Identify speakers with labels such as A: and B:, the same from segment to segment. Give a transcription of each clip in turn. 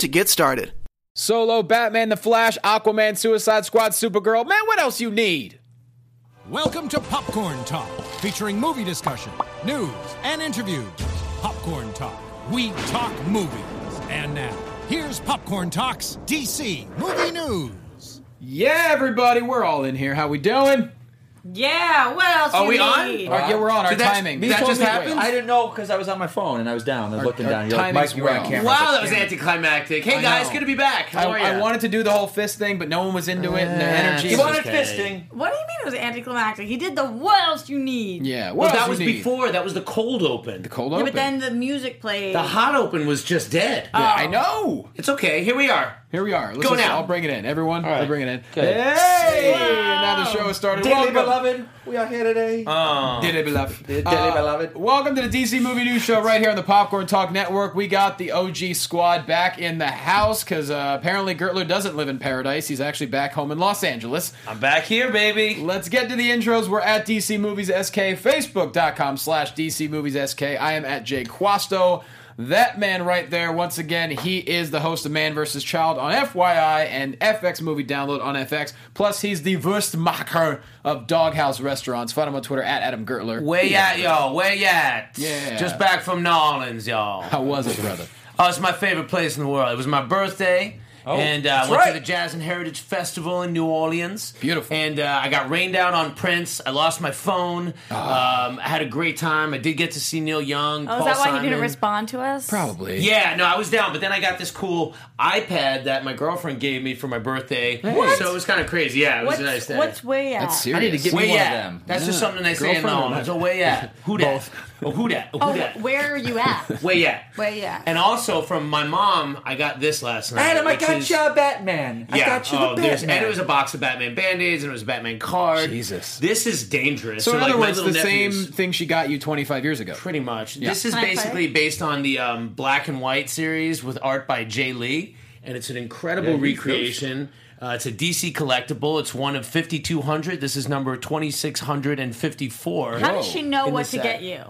A: to get started.
B: Solo, Batman, The Flash, Aquaman, Suicide Squad, Supergirl. Man, what else you need?
C: Welcome to Popcorn Talk, featuring movie discussion, news, and interviews. Popcorn Talk, we talk movies. And now, here's Popcorn Talk's DC Movie News.
B: Yeah, everybody, we're all in here. How we doing?
D: Yeah, what else
E: Are
D: you
E: we on?
D: need?
B: All right, yeah, we're on. Our
E: Did that-
B: timing.
E: that
B: Me told
E: just
B: me to
E: happened?
B: wait.
F: I didn't know because I was on my phone and I was down. I was looking
B: our
F: down. You're like,
B: timing's
F: Mike, you're on
B: wrong. Oh,
F: camera.
E: Wow, that was anticlimactic. Hey guys,
B: know.
E: good to be back.
B: I,
E: How are you?
B: I wanted to do the whole fist thing, but no one was into it, and the energy.
F: You
B: was-
F: wanted
E: Okay.
F: fisting.
D: What do you mean it was anticlimactic? He did the what else you need.
B: yeah, what
E: Well,
B: else
E: that
B: you
E: was
B: need?
E: before. That was the cold open. The,
B: Cold
D: Yeah,
B: open.
D: but then the music played.
E: hot open was just dead.
B: Yeah, I know.
E: It's okay. Here we are.
B: Here we are. Let's
E: Go
B: listen.
E: now.
B: I'll bring it in. Everyone,
F: right.
B: I'll bring it in.
F: Good.
B: Hey! Now the show has started.
F: Dearly
B: Welcome.
F: beloved, we are here today.
B: Dearly beloved.
F: Dearly
B: Uh,
F: beloved.
B: Welcome to the DC Movie News Show right here on the Popcorn Talk Network. We got the OG squad back in the house because uh, apparently Gertler doesn't live in paradise. He's actually back home in Los Angeles.
F: I'm back here, baby.
B: Let's get to the intros. We're at DC Movies SK, Facebook.com slash DC Movies SK. I am at Jay Quasto. That man right there, once again, he is the host of Man vs. Child on FYI and FX Movie Download on FX. Plus, he's the Wurstmacher of Doghouse Restaurants. Find him on Twitter at Adam Gertler.
E: Where you at, y'all? Where you at?
B: Yeah.
E: Just back from New Orleans, y'all.
B: How was it, brother?
E: Oh, it's my favorite place in the world. It was my birthday.
B: Oh,
E: and uh, I
F: that's
E: went to
F: right.
E: the Jazz and Heritage Festival in New Orleans.
B: Beautiful.
E: And uh, I got rained out on Prince. I lost my phone.
B: Ah.
E: Um, I had a great time. I did get to see Neil Young.
D: oh, is
E: Paul
D: that why
E: Simon.
D: he didn't respond to us?
B: Probably.
E: Yeah, no, I was down, but then I got this cool iPad that my girlfriend gave me for my birthday.
B: What?
E: So it was kind of crazy. Yeah, it was
D: What's,
E: a nice day.
D: what's way at?
B: That's
F: I
B: serious.
F: need to get me
E: Where
F: one
E: ya?
F: of them.
E: That's just something they say in
B: Girlfriend or
E: Maryland.
B: not?
E: It's a way at. Who dat? Oh, who dat? Oh,
D: oh,
E: who dat?
D: where are you at?
E: Way at.
D: Where you at?
E: And also from my mom, I got this last night.
F: Adam, I
E: which
F: got
E: is-
F: you a Batman. I
E: yeah.
F: got you
E: oh,
F: the
E: there's-
F: Batman.
E: And it was a box of Batman band-aids and it was a Batman card.
B: Jesus.
E: This is dangerous.
B: So, in
E: like,
B: other
E: my
B: words, the
E: little nephews-
B: same thing she got you 25 years ago.
E: Pretty much. This is
D: Can I play?
E: basically based on the um, black and white series with art by Jay Lee, and it's an incredible recreation. Uh, it's a DC collectible. It's one of 5,200. This is number 2,654.
D: How does she know
E: in
D: what
E: the set.
D: to get you?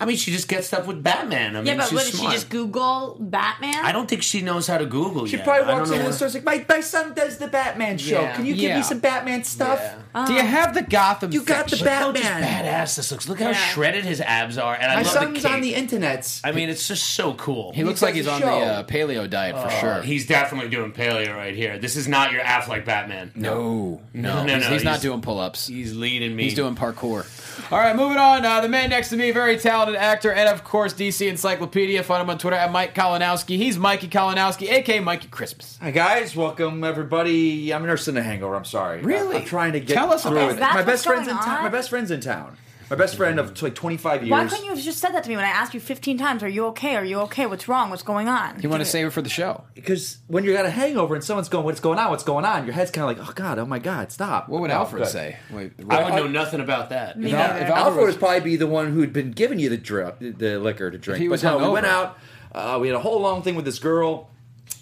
E: I mean, she just gets stuff with Batman. I mean,
D: Yeah, but
E: she's
D: what did she
E: smart.
D: just Google Batman?
E: I don't think she knows how to Google
F: She
E: yet.
F: probably
E: I
F: walks
E: don't
F: in
E: know
F: and starts like, my, my son does the Batman show.
E: Yeah.
F: Can you give
B: Yeah.
F: me some Batman stuff?
B: Do you have the Gotham?
F: Oh. You got the
B: section?
E: how just
F: Batman.
E: badass this looks. Look how
D: Yeah.
E: shredded his abs are, and I
F: My
E: love
F: son's
E: the
F: on the
E: cape.
F: internets.
E: I mean, it's just so cool.
B: He looks
F: does
B: like he's
F: the
B: on
F: show.
B: the uh, paleo diet for sure.
E: He's definitely doing paleo right here. This is not your Affleck Batman.
B: no, no,
E: No, no,
B: Oh, he's,
E: no,
B: he's not
E: he's-
B: doing pull-ups.
E: He's leading me.
B: He's doing parkour. All right, moving on. Uh, the man next to me, very talented actor, and of course, DC Encyclopedia. Find him on Twitter at Mike Kalinowski. He's Mikey Kalinowski, aka Mikey Christmas.
F: Hi guys, welcome everybody. I'm nursing a hangover. I'm sorry.
B: Really?
F: I'm trying to get
B: Tell us
F: through
B: about
F: it.
B: it.
D: That's
F: My
D: what's
F: best friend's
D: going
F: in town.
D: on?
F: My best friend's in town. My best friend of like 25 years.
D: Why couldn't you have just said that to me when I asked you 15 times, are you okay? Are you okay? What's wrong? What's going on?
B: You want to save it for the show?
F: Because when you got a hangover and someone's going, "What's going on? What's going on?" Your head's kind of like, "Oh God, oh my God, stop."
B: What would
F: No,
B: Alfred
F: good.
B: say? Wait,
E: I would know nothing about that.
D: Me
B: If Al- if
D: neither.
B: Alfred
F: Alfred
B: was-
F: would probably be the one who'd been giving you the drip, the liquor to drink.
B: If he was
F: but no, we
B: hungover.
F: went out. Uh, we had a whole long thing with this girl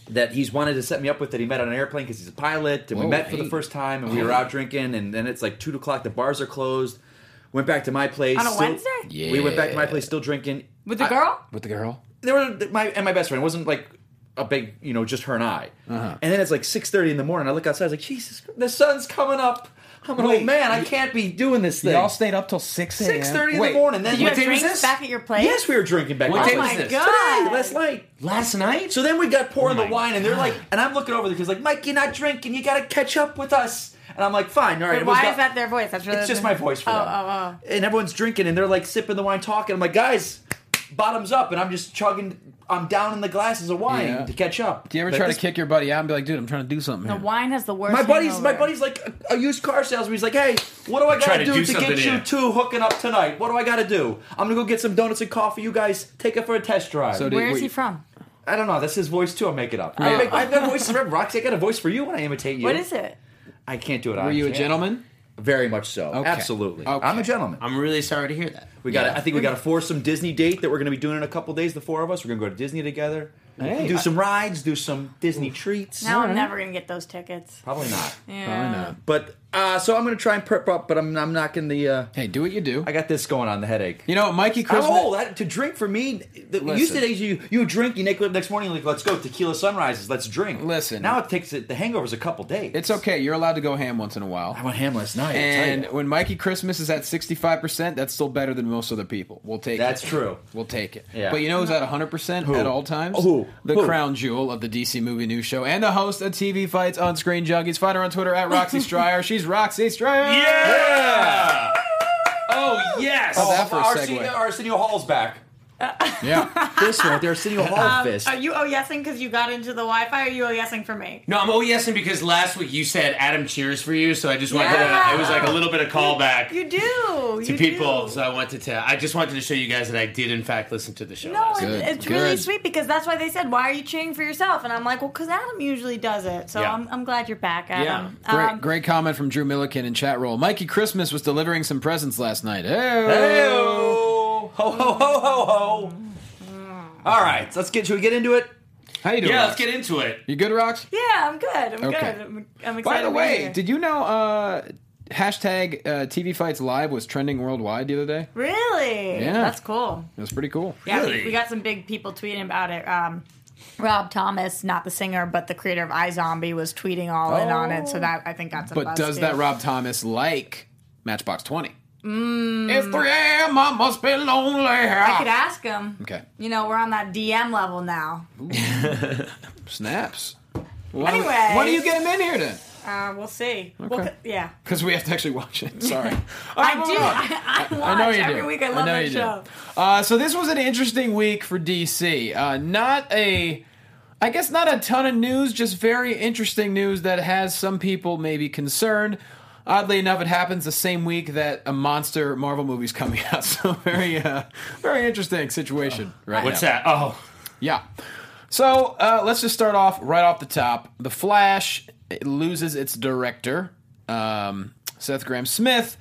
F: that he's wanted to set me up with that he met on an airplane because he's a pilot, and
B: Whoa,
F: we met for
B: hey.
F: the first time, and we were out drinking, and then it's like two o'clock, the bars are closed. Went back to my place
D: On a
F: still-
D: Wednesday?
F: We went back to my place still drinking.
D: With the girl?
B: with the girl.
F: There were my and my best friend. It wasn't like a big, you know, just her and I. And then it's like six thirty in the morning. I look outside. I was like, Jesus, the sun's coming up. I'm an old man. I can't be doing this thing.
B: stayed up till six
F: Six thirty in the morning. Then
D: Did you
F: what
D: have
F: day was
D: drinks
F: this?
D: back at your place? Oh
F: Yes, we were drinking back.
E: What
F: at
E: day
F: my
E: was
F: place.
E: this?
D: God.
F: Today, last night.
E: Last night?
F: So then we got pouring
E: Oh
F: the
E: my
F: wine, and they're like, and I'm looking over the kids like, Mike, you're not drinking. You got to catch up with us. And I'm like, fine, all right.
D: But
F: it was
D: why
F: not-
D: is that their voice? That's really
F: It's just my voice for
D: oh,
F: them.
D: Oh, oh,
F: And everyone's drinking, and they're like sipping the wine, talking. I'm like, guys, bottoms up, and I'm just chugging. I'm down in the glasses of wine
B: Yeah.
F: to catch up.
B: Do you ever
F: Like,
B: try
F: this-
B: to kick your buddy out and be like, "Dude, I'm trying to do something"?
D: The
B: here.
D: wine has the worst.
F: My buddy's my
D: hangover.
F: buddy's like a a used car salesman. He's like, hey, what do I
E: Try
F: gotta
E: to
F: do,
E: do
F: to
E: something
F: get you
E: here."
F: two hooking up tonight? What do I gotta do? I'm gonna go get some donuts and coffee. You guys take it for a test drive.
B: So do-
D: Where is
B: wait.
D: he from?
F: I don't know. That's his voice too. I'll make it up. I make, I've got voices for Roxy. I got a voice for you when I imitate you.
D: What is it?
F: I can't do it.
B: Were you a gentleman?
F: Very much so. Absolutely.
B: Okay.
F: I'm a gentleman.
E: I'm really sorry to hear that.
F: we got. to I think we got a foursome Disney date that we're going to be doing in a couple days. The four of us. We're going to go to Disney together.
B: Hey,
F: do
B: I-
F: some rides. Do some Disney treats.
D: Now I'm never gonna get those tickets.
F: Probably not.
D: Yeah.
F: But uh, so I'm going to try and prep up. But I'm I'm knocking the. Uh,
B: Hey, do what you do.
F: I got this going on the headache.
B: You know, Mikey
F: I'm
B: Christmas.
F: old. That, to drink for me, the, you used to
B: Listen.
F: days you you would drink, you wake up next morning, like let's go tequila sunrises, let's drink.
B: Listen.
F: now it takes it, the hangover's a couple days.
B: It's okay. You're allowed to go ham once in a while.
F: I went ham last night. I tell
B: And
F: ya.
B: when Mikey Christmas is at 65%, that's still better than most other people. We'll take
F: That's
B: it.
F: true.
B: We'll take it.
F: Yeah.
B: But you know who's at 100%
F: Who?
B: at all times?
F: Who?
B: The
F: Who?
B: crown jewel of the DC Movie News Show and the host of TV Fights on Screen Junkies. Find her on Twitter at Roxy Stryer. She's Roxy Stryer.
E: Yeah! Oh, yes!
B: Oh, that for a
F: Arsenio,
B: segue.
F: Arsenio Hall's back.
B: Yeah. Um,
F: This one, the Arsenio Hall fist.
D: Are you oh yesing because you got into the Wi-Fi? Or are you oh yesing for me?
E: No, I'm OESing because last week you said Adam cheers for you, so I just wanted
D: Yeah.
E: to, it was like a little bit of callback
D: You do.
E: to
D: you
E: people,
D: do.
E: so I wanted to, I just wanted to show you guys that I did in fact listen to the show.
D: No,
E: last week.
B: Good,
D: it's, it's really
B: good.
D: sweet because that's why they said, "Why are you cheering for yourself?" And I'm like, "Well, because Adam usually does it." So
E: Yeah.
D: I'm, I'm glad you're back, Adam.
B: Great,
D: Um,
B: great comment from Drew Milliken in chat roll. Mikey Christmas was delivering some presents last night.
F: Hey-o. Ho ho ho ho ho. All right, let's get. Should we get into it?
B: How you doing?
E: Yeah,
B: Rox?
E: let's get into it.
B: You good, Rox?
D: Yeah, I'm good. I'm
B: Okay.
D: good. I'm, I'm excited.
B: By the
D: to be
B: way,
D: here.
B: did you know uh, hashtag uh, TV Fights Live was trending worldwide the other day?
D: really?
B: Yeah.
D: that's cool.
B: It was pretty cool.
D: Yeah,
E: Really?
D: we, we got some big people tweeting about it. Um, Rob Thomas, not the singer, but the creator of iZombie, was tweeting all in on it. So that I think got some.
B: Oh. But
D: buzz,
B: does
D: too.
B: that Rob Thomas like Matchbox 20? It's 3 a.m. I must be lonely.
D: Mm. I could ask him.
B: Ah. Okay.
D: You know, we're on that DM level now.
B: Snaps. Why do
D: Anyway.
B: we, why do you get him in here then?
D: Uh, we'll see. We'll,
B: Okay.
D: yeah.
B: Because we have to actually watch it. Sorry.
D: I
B: Alright,
D: do.
B: moving on.
D: I, I watch
B: I know you
D: every
B: do.
D: week. I love
B: know
D: that
B: you do.
D: show.
B: Uh, so this was an interesting week for DC. Uh, not a, I guess not a ton of news, just very interesting news that has some people maybe concerned. Oddly enough, it happens the same week that a monster Marvel movie's coming out. So very, uh, very interesting situation, right?
E: What's
B: now.
E: that? Oh,
B: Yeah. So uh, let's just start off right off the top. The Flash it loses its director, um, Seth Graham Smith.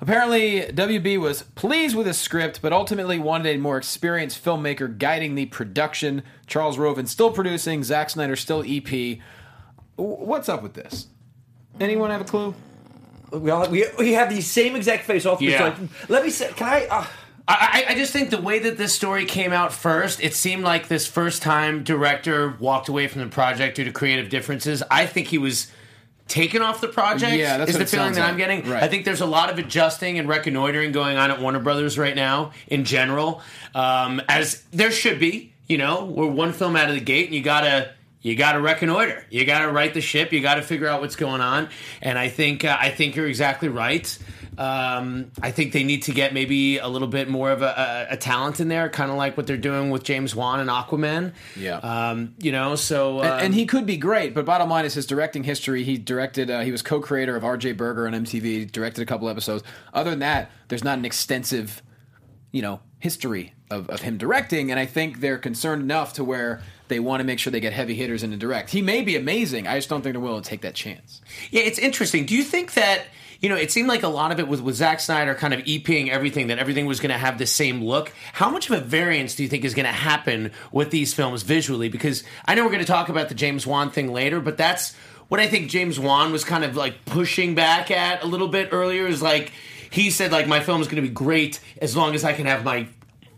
B: Apparently, WB was pleased with his script, but ultimately wanted a more experienced filmmaker guiding the production. Charles Roven still producing, Zack Snyder still EP. W- What's up with this? Anyone have a clue?
F: We all we, we have the same exact face. All three.
E: Yeah.
F: It's like, Let me say. Can I? Uh,
E: I, I I just think the way that this story came out first, it seemed like this first time director walked away from the project due to creative differences. I think he was taken off the project.
B: Yeah, that's
E: is
B: what
E: the
B: it
E: feeling
B: sounds
E: that I'm
B: like.
E: getting.
B: Right.
E: I think there's a lot of adjusting and reconnoitering going on at Warner Brothers right now in general, um, as there should be. You know, we're one film out of the gate, and you gotta. You got to reconnoiter. You got to right the ship. You got to figure out what's going on. And I think uh, I think you're exactly right. Um, I think they need to get maybe a little bit more of a, a, a talent in there, kind of like what they're doing with James Wan and Aquaman.
B: Yeah.
E: Um, you know, so uh,
B: and he could be great, but bottom line is his directing history. He directed. Uh, he was co-creator of R.J. Berger on MTV. Directed a couple episodes. Other than that, there's not an extensive, you know, history of, of him directing. And I think they're concerned enough to where they want to make sure they get heavy hitters in to direct. He may be amazing. I just don't think they're willing to take that chance.
E: Yeah, it's interesting. Do you think that you know? It seemed like a lot of it was with Zack Snyder kind of EPing everything that everything was going to have the same look. How much of a variance do you think is going to happen with these films visually? Because I know we're going to talk about the James Wan thing later, but that's what I think James Wan was kind of like pushing back at a little bit earlier. Is like he said, like my film is going to be great as long as I can have my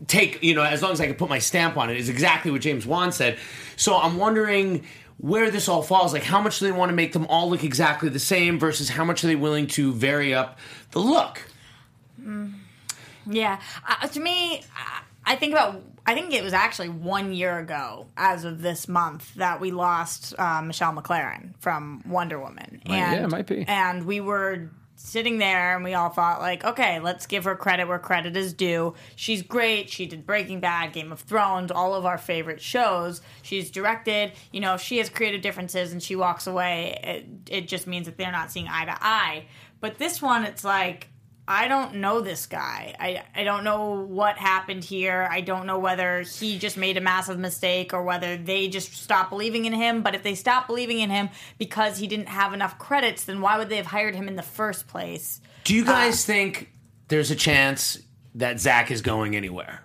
E: take you know as long as i can put my stamp on it is exactly what james wan said so i'm wondering where this all falls like how much do they want to make them all look exactly the same versus how much are they willing to vary up the look
D: Yeah. Uh, to me, I- I think about. I think it was actually one year ago, as of this month, that we lost uh, Michelle McLaren from Wonder Woman. and,
B: yeah, it might be.
D: And we were sitting there, and we all thought, like, okay, let's give her credit where credit is due. She's great. She did Breaking Bad, Game of Thrones, all of our favorite shows. She's directed. You know, if she has creative differences, and she walks away. It, it just means that they're not seeing eye to eye. But this one, it's like I don't know this guy. I, I don't know what happened here. I don't know whether he just made a massive mistake or whether they just stopped believing in him. But if they stopped believing in him because he didn't have enough credits, then why would they have hired him in the first place?
E: Do you guys think there's a chance that Zach is going anywhere?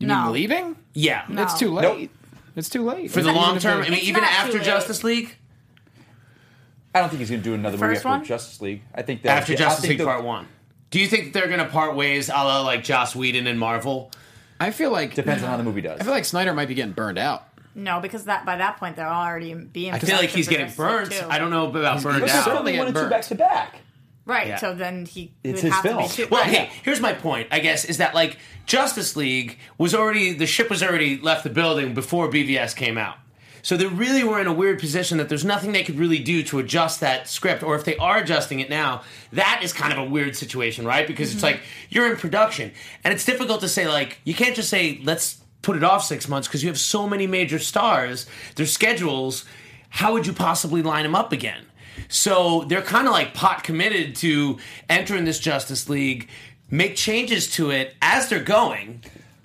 B: You
D: No.
B: mean leaving?
E: Yeah.
D: No.
B: It's too late. It's too late
E: For the long term, I mean,
D: It's
E: even
D: not too
E: after
D: late.
E: Justice League,
F: I don't think he's going to do another movie
D: First
F: after
D: one?
F: Justice League. I think that
E: after
F: I
E: Justice
F: think
E: League
F: the-
E: Part One. Do you think they're going to part ways, a la like Joss Whedon and Marvel?
B: I feel like
F: depends on how the movie does.
B: I feel like Snyder might be getting burned out.
D: No, because that by that point they're already being.
E: I feel like he's getting burnt. I don't know about burned
F: But there's
B: he's
E: out.
F: certainly one and two
B: Burnt.
F: back to back.
D: Right,
E: Yeah.
D: so then he
F: It's
D: would
F: his
D: have to
F: film.
D: be too.
E: Well,
D: right.
E: hey, here's my point. I guess is that like Justice League was already the ship was already left the building before BVS came out. So they really were in a weird position that there's nothing they could really do to adjust that script, or if they are adjusting it now, that is kind of a weird situation, right? Because it's like you're in production, and it's difficult to say like you can't just say let's put it off six months because you have so many major stars, their schedules. How would you possibly line them up again? So they're kind of like pot committed to entering this Justice League, make changes to it as they're going,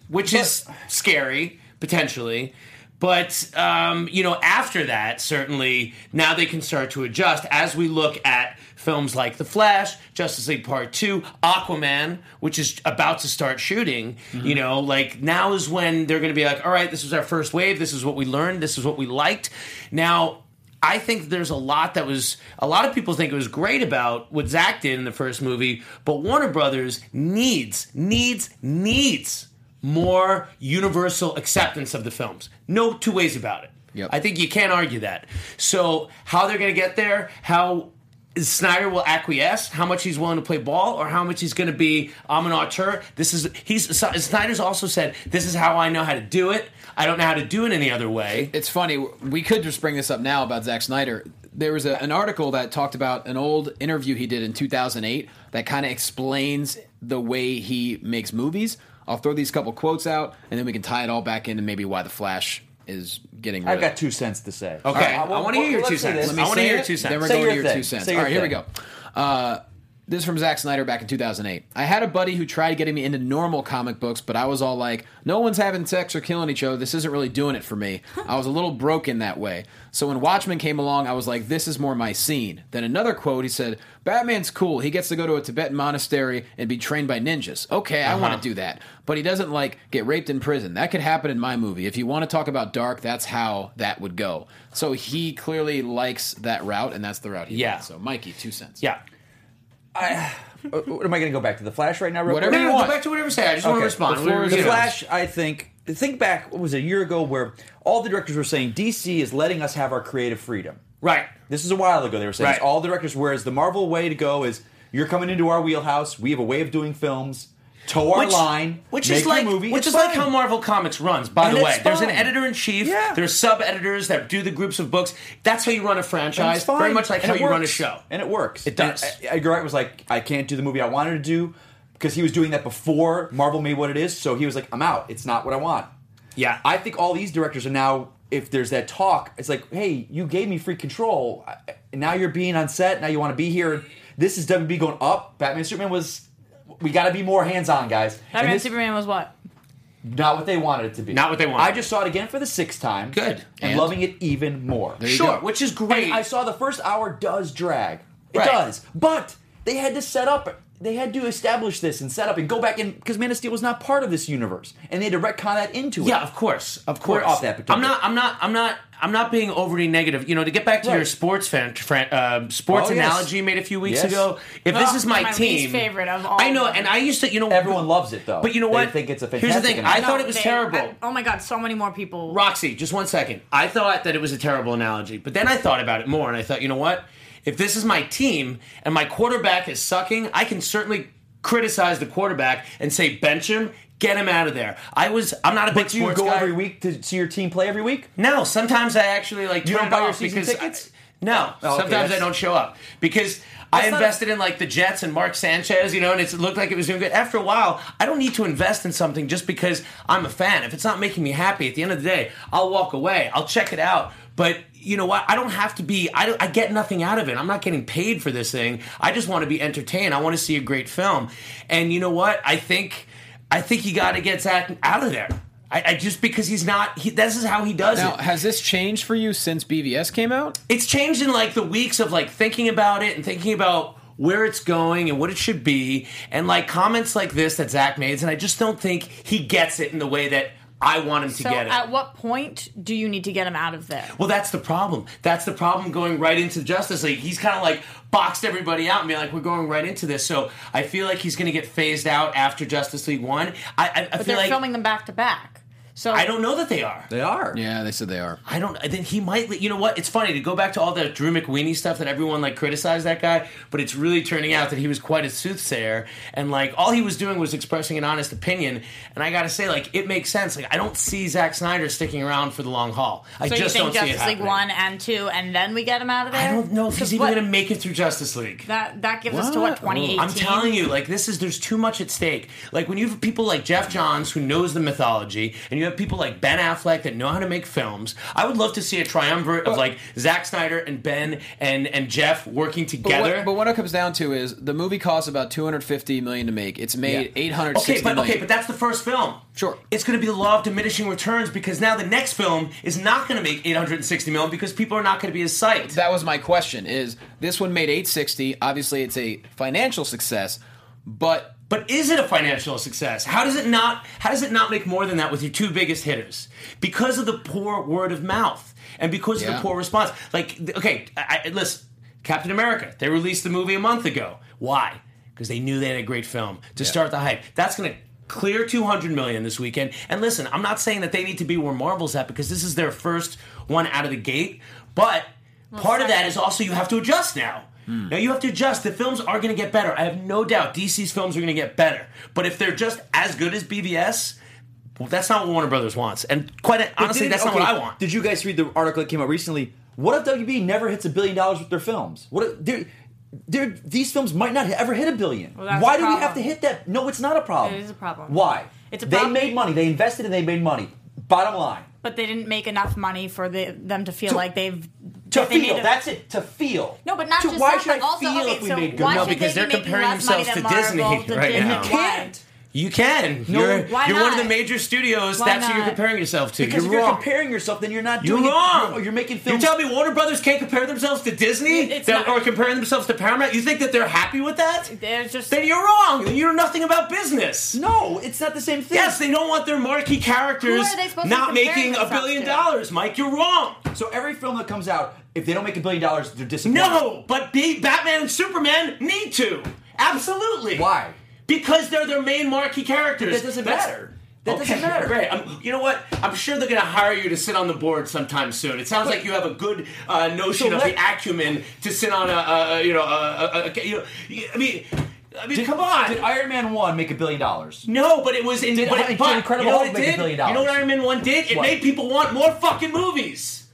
E: which is scary potentially. But um, you know, after that, certainly now they can start to adjust as we look at films like The Flash, Justice League Part Two, Aquaman, which is about to start shooting. You know, like now is when they're going to be like, all right, this was our first wave. This is what we learned. This is what we liked. Now I think there's a lot that was a lot of people think it was great about what Zach did in the first movie, but Warner Brothers needs, needs, needs more universal acceptance of the films. No two ways about it.
B: Yep.
E: I think you can't argue that. So how they're gonna get there, how Snyder will acquiesce, how much he's willing to play ball, or how much he's going to be. I'm an auteur. This is he's Snyder's also said this is how I know how to do it. I don't know how to do it any other way.
B: it's funny. We could just bring this up now about Zack Snyder. There was a, an article that talked about an old interview he did in 2008 that kind of explains the way he makes movies. I'll throw these couple quotes out, and then we can tie it all back into maybe why the Flash is getting. Rid
F: I've got
B: of.
F: two cents to say.
E: Okay,
F: All right,
E: I
F: well,
E: want to hear your
F: let's
E: two
F: say
E: cents.
F: this.
E: I want to
F: Say
E: hear your
F: it.
E: two cents.
B: Then we're
F: Say
B: going to
F: your
B: your two
F: thing.
B: cents.
F: Say
B: All
F: your
B: right, here we
F: thing.
B: go. Uh, this is from Zack Snyder back in 2008. I had a buddy who tried getting me into normal comic books, but I was all like, no one's having sex or killing each other. This isn't really doing it for me. I was a little broken that way. So when Watchmen came along, I was like, this is more my scene. Then another quote, he said, Batman's cool. He gets to go to a Tibetan monastery and be trained by ninjas. Okay, I want to do that. But he doesn't like get raped in prison. That could happen in my movie. If you want to talk about dark, that's how that would go. So he clearly likes that route, and that's the route he
E: Yeah.
B: went. So Mikey, two cents.
E: Yeah.
F: Uh, what am I going to go back to the Flash right now? Real
B: Whatever
F: quick?
B: you
E: No,
B: want.
E: go back to whatever you say. I just want to respond.
B: The floor is
E: You know.
F: The
B: yours.
F: Flash, I think. Think back. What was it, a year ago where all the directors were saying DC is letting us have our creative freedom.
E: Right.
F: This is a while ago. They were saying this.
E: Right.
F: all the directors. Whereas the Marvel way to go is you're coming into our wheelhouse. We have a way of doing films. Toe our line.
E: which
F: make
E: is
F: your
E: like,
F: movie.
E: which
F: It's
E: is like
F: fine.
E: how Marvel Comics runs. By
F: And
E: the
F: it's
E: way, there's an
F: fine.
E: editor in chief.
F: Yeah.
E: There's sub editors that do the groups of books. That's how you run a
F: And
E: franchise.
F: it's fine.
E: Very much like
F: And
E: how
F: it
E: you run a
F: works.
E: show.
F: and it works. It
E: does.
F: Edgar Wright was like, I can't do the movie I wanted to do because he was doing that before Marvel made what it is. So he was like, I'm out. It's not what I want.
E: Yeah.
F: I think all these directors are now. If there's that talk, it's like, hey, you gave me free control. I- and Now you're being on set. Now you want to be here. This is WB going up. Batman Superman was. We got to be more hands on, guys. And
D: Batman
F: this-
D: Superman was what?
F: Not what they wanted it to be.
E: Not what they wanted.
F: I just saw it again for the sixth time.
E: Good.
F: And,
B: And?
F: loving it even more.
B: you
E: sure,
B: go.
E: which is great.
F: And I saw the first hour does drag. It
E: Right.
F: does. But they had to set up. They had to establish this and set up and go back in because Man of Steel was not part of this universe, and they had to retcon that into it.
E: Yeah, of course, of course.
F: off that
E: I'm
F: particular-
E: not. I'm not. I'm not. I'm not being overly negative. You know, to get back to
F: Right.
E: your sports fan, fran- uh, sports
F: Oh, yes.
E: analogy you made a few weeks
F: Yes.
E: ago. If this
D: Oh,
E: is my,
D: my least
E: team,
D: favorite of all
E: I know,
D: of them.
E: and I used to. You know,
F: Everyone loves it though.
E: But you know
F: They
E: what?
F: think it's a
E: Here's
F: fantastic.
E: the thing, I
F: analogy.
E: thought it was terrible.
D: I- oh my god, so many more people.
E: Roxy, just one second. I thought that it was a terrible analogy, but then I thought about it more and I thought, you know what? If this is my team and my quarterback is sucking, I can certainly criticize the quarterback and say bench him, get him out of there. I was I'm not a big
F: Do you
E: sports
F: go
E: guy.
F: every week to see your team play every week?
E: No, sometimes I actually like
F: You
E: turn
F: don't
E: it
F: buy your
E: off
F: season
E: because
F: tickets?
E: I, no,
F: Oh, okay,
E: sometimes I
F: that's-
E: don't show up because I
F: not a-
E: invested in like the Jets and Mark Sanchez, you know, and it's, it looked like it was doing good. After a while, I don't need to invest in something just because I'm a fan. If it's not making me happy at the end of the day, I'll walk away. I'll check it out. But you know what? I don't have to be. I, don't, I get nothing out of it. I'm not getting paid for this thing. I just want to be entertained. I want to see a great film. And you know what? I think I think you got to get Zach out of there. I, I just because he's not. He, this is how he does
B: Now,
E: it.
B: has this changed for you since BVS came out?
E: It's changed in like the weeks of like thinking about it and thinking about where it's going and what it should be, and like comments like this that Zach made. And I just don't think he gets it in the way that I want him to
D: So uh,
E: get it.
D: at what point do you need to get him out of there?
E: Well, that's the problem. That's the problem going right into Justice League. He's kind of like boxed everybody out and be like, we're going right into this. So I feel like he's going to get phased out after Justice League 1. I, I, I
D: But
E: feel
D: they're
E: like.
D: filming them back to back. So
E: I don't know that they are.
F: They are.
B: Yeah, they said they are.
E: I don't. Then he might. You know what? It's funny to go back to all that Drew McWeeny stuff that everyone like criticized that guy, but it's really turning out that he was quite a soothsayer, and like all he was doing was expressing an honest opinion. And I gotta say, like it makes sense. Like I don't see Zack Snyder sticking around for the long haul. I
D: So
E: just
D: you
E: don't
D: think
E: see it
D: Justice League
E: happening.
D: one and two, and then we get him out of there?
E: I don't know if
D: Because
E: he's even
D: what-
E: going to make it through Justice League.
D: That that gives us to what
B: What?
D: twenty eighteen.
E: I'm telling you, like this is there's too much at stake. Like when you have people like Jeff Johns who knows the mythology, and you have people like Ben Affleck that know how to make films. I would love to see a triumvirate of like Zack Snyder and Ben and and Jeff working
B: But
E: together.
B: what, but what it comes down to is the movie costs about 250 million to make. It's made
E: Yeah.
B: 860
E: Okay, but
B: million.
E: okay, but that's the first film.
B: Sure.
E: It's going to be the law of diminishing returns because now the next film is not going to make 860 million because people are not going to be as psyched.
B: that was my question is this one made 860 obviously it's a financial success but
E: But is it a financial success? How does it not? How does it not make more than that with your two biggest hitters? Because of the poor word of mouth and because of
B: Yeah.
E: the poor response. Like, th- okay, I, I, listen, Captain America. They released the movie a month ago. Why? Because they knew they had a great film to start the hype. That's going to clear 200 million this weekend. And listen, I'm not saying that they need to be where Marvel's at because this is their first one out of the gate. But part of that is also you have to adjust now.
F: Hmm.
E: Now you have to adjust. The films are going to get better. I have no doubt DC's films are going to get better. But if they're just as good as BVS, well, that's not what Warner Brothers wants. And quite honestly,
F: Didn't-
E: that's not
F: okay,
E: what I want.
F: Did you guys read the article that came out recently? What if WB never hits a billion dollars with their films? What if dude, dude, these films might not ever hit a billion.
D: that's
F: Why
D: a
F: do we have
D: problem.
F: to hit that? No, it's not a problem.
D: It is a problem.
F: Why?
D: It's a
F: they
D: problem.
F: made money. They invested and they made money. Bottom line.
D: but they didn't make enough money for the, them to feel like they've
F: To
D: that they
F: feel.
D: made a-
F: That's it. To feel.
D: No, but not
F: To-
D: just
F: why
D: that,
F: should
D: but
F: I
D: also,
F: feel
D: okay,
F: if we
D: so
F: made good
D: why
E: No,
D: should
E: because
D: they
E: they're
D: be making
E: comparing
D: less money
E: themselves to
D: than Marvel,
E: Disney
D: to
E: right
D: Disney?
E: now.
D: Why?
E: You You can.
F: No,
E: you're
D: why
E: you're one of
D: not?
E: the major studios.
D: Why
E: that's who you're
D: not?
E: comparing yourself to.
F: Because
E: you're
F: if you're
E: wrong.
F: comparing yourself, then you're not
E: you're
F: doing
E: wrong.
F: it. You're, you're making films.
E: You tell me Warner Brothers can't compare themselves to Disney
D: It's
E: That-
D: not-
E: or comparing themselves to Paramount? You think that they're happy with that?
D: They're just-
E: Then you're wrong. Then you know nothing about business.
F: no, it's not the same thing.
E: Yes, they don't want their marquee characters
D: Who are they supposed to be
E: not
D: comparing
E: making a
D: themselves
E: billion
D: to?
E: dollars. Mike, you're wrong.
F: So every film that comes out, if they don't make a billion dollars, they're disappointed.
E: No, but B- Batman and Superman need to. Absolutely.
F: Why?
E: Because they're their main marquee characters.
F: That doesn't
E: That's-
F: matter. That
E: Okay,
F: doesn't matter.
E: Great. I'm, you know what? I'm sure they're going to hire you to sit on the board sometime soon. It sounds like you have a good uh, notion
F: So
E: of
F: let-
E: the acumen to sit on a, a you know, a, a, a, you know, I mean, I mean, come on.
F: Did Iron Man one make a billion dollars?
E: No, but it was in.
F: Did-
E: but,
F: did
E: it, but
F: Incredible
E: you know
F: Hulk
E: what it
F: make a
E: did?
F: billion
E: You know what
F: dollars?
E: Iron Man One did? It
F: What?
E: made people want more fucking movies.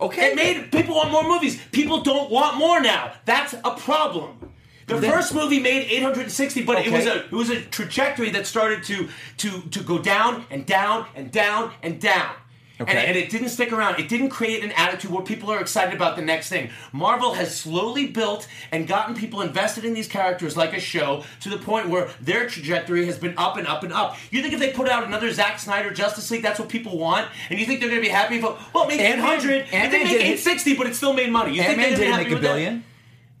F: Okay.
E: It made people want more movies. People don't want more now. That's a problem. The
F: Then-
E: first movie made 860, but it
F: Okay.
E: was a it was a trajectory that started to to to go down and down and down and down. And,
F: Okay.
E: and it didn't stick around. It didn't create an attitude where people are excited about the next thing. Marvel has slowly built and gotten people invested in these characters like a show to the point where their trajectory has been up and up and up. You think if they put out another Zack Snyder Justice League, that's what people want? And you think they're going to be happy? If, well, maybe
F: Ant-Man-
E: 800. And they
F: Ant-Man
E: make
F: did-
E: 860, but it still made money. You
F: Ant
E: think
F: Man
E: they'd be
F: didn't
E: happy
F: make a
E: with that?
F: billion.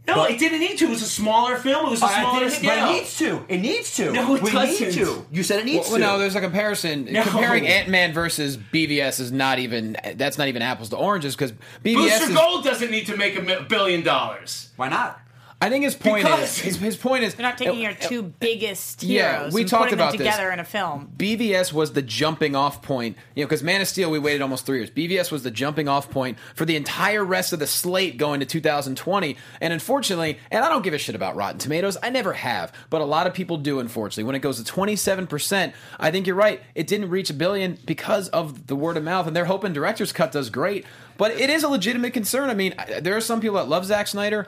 E: No,
F: but-
E: it didn't need to. It was a smaller film. It was a
F: I
E: smaller
F: think it- but
E: scale.
F: it needs to. It needs to.
E: No, it
F: we
E: doesn't.
F: need to. You said it needs
B: well, no
F: to.
B: there's a comparison comparing ant-man versus bvs is not even that's not even apples to oranges because bvs
E: Booster
B: is,
E: Gold doesn't need to make a mi- billion dollars.
F: Why not?
B: i think his point
E: Because-
B: is his, his point is
D: They're not taking your two biggest heroes
B: yeah, we
D: and
B: talked
D: putting
B: about
D: them
B: this.
D: together in a film.
B: BVS was the jumping off point, you know, because Man of Steel, we waited almost three years. BVS was the jumping off point for the entire rest of the slate going to 2020. And unfortunately, and I don't give a shit about Rotten Tomatoes, I never have, but a lot of people do, unfortunately. When it goes to 27%, I think you're right. It didn't reach a billion because of the word of mouth, and they're hoping Director's Cut does great. But it is a legitimate concern. I mean, I- there are some people that love Zack Snyder.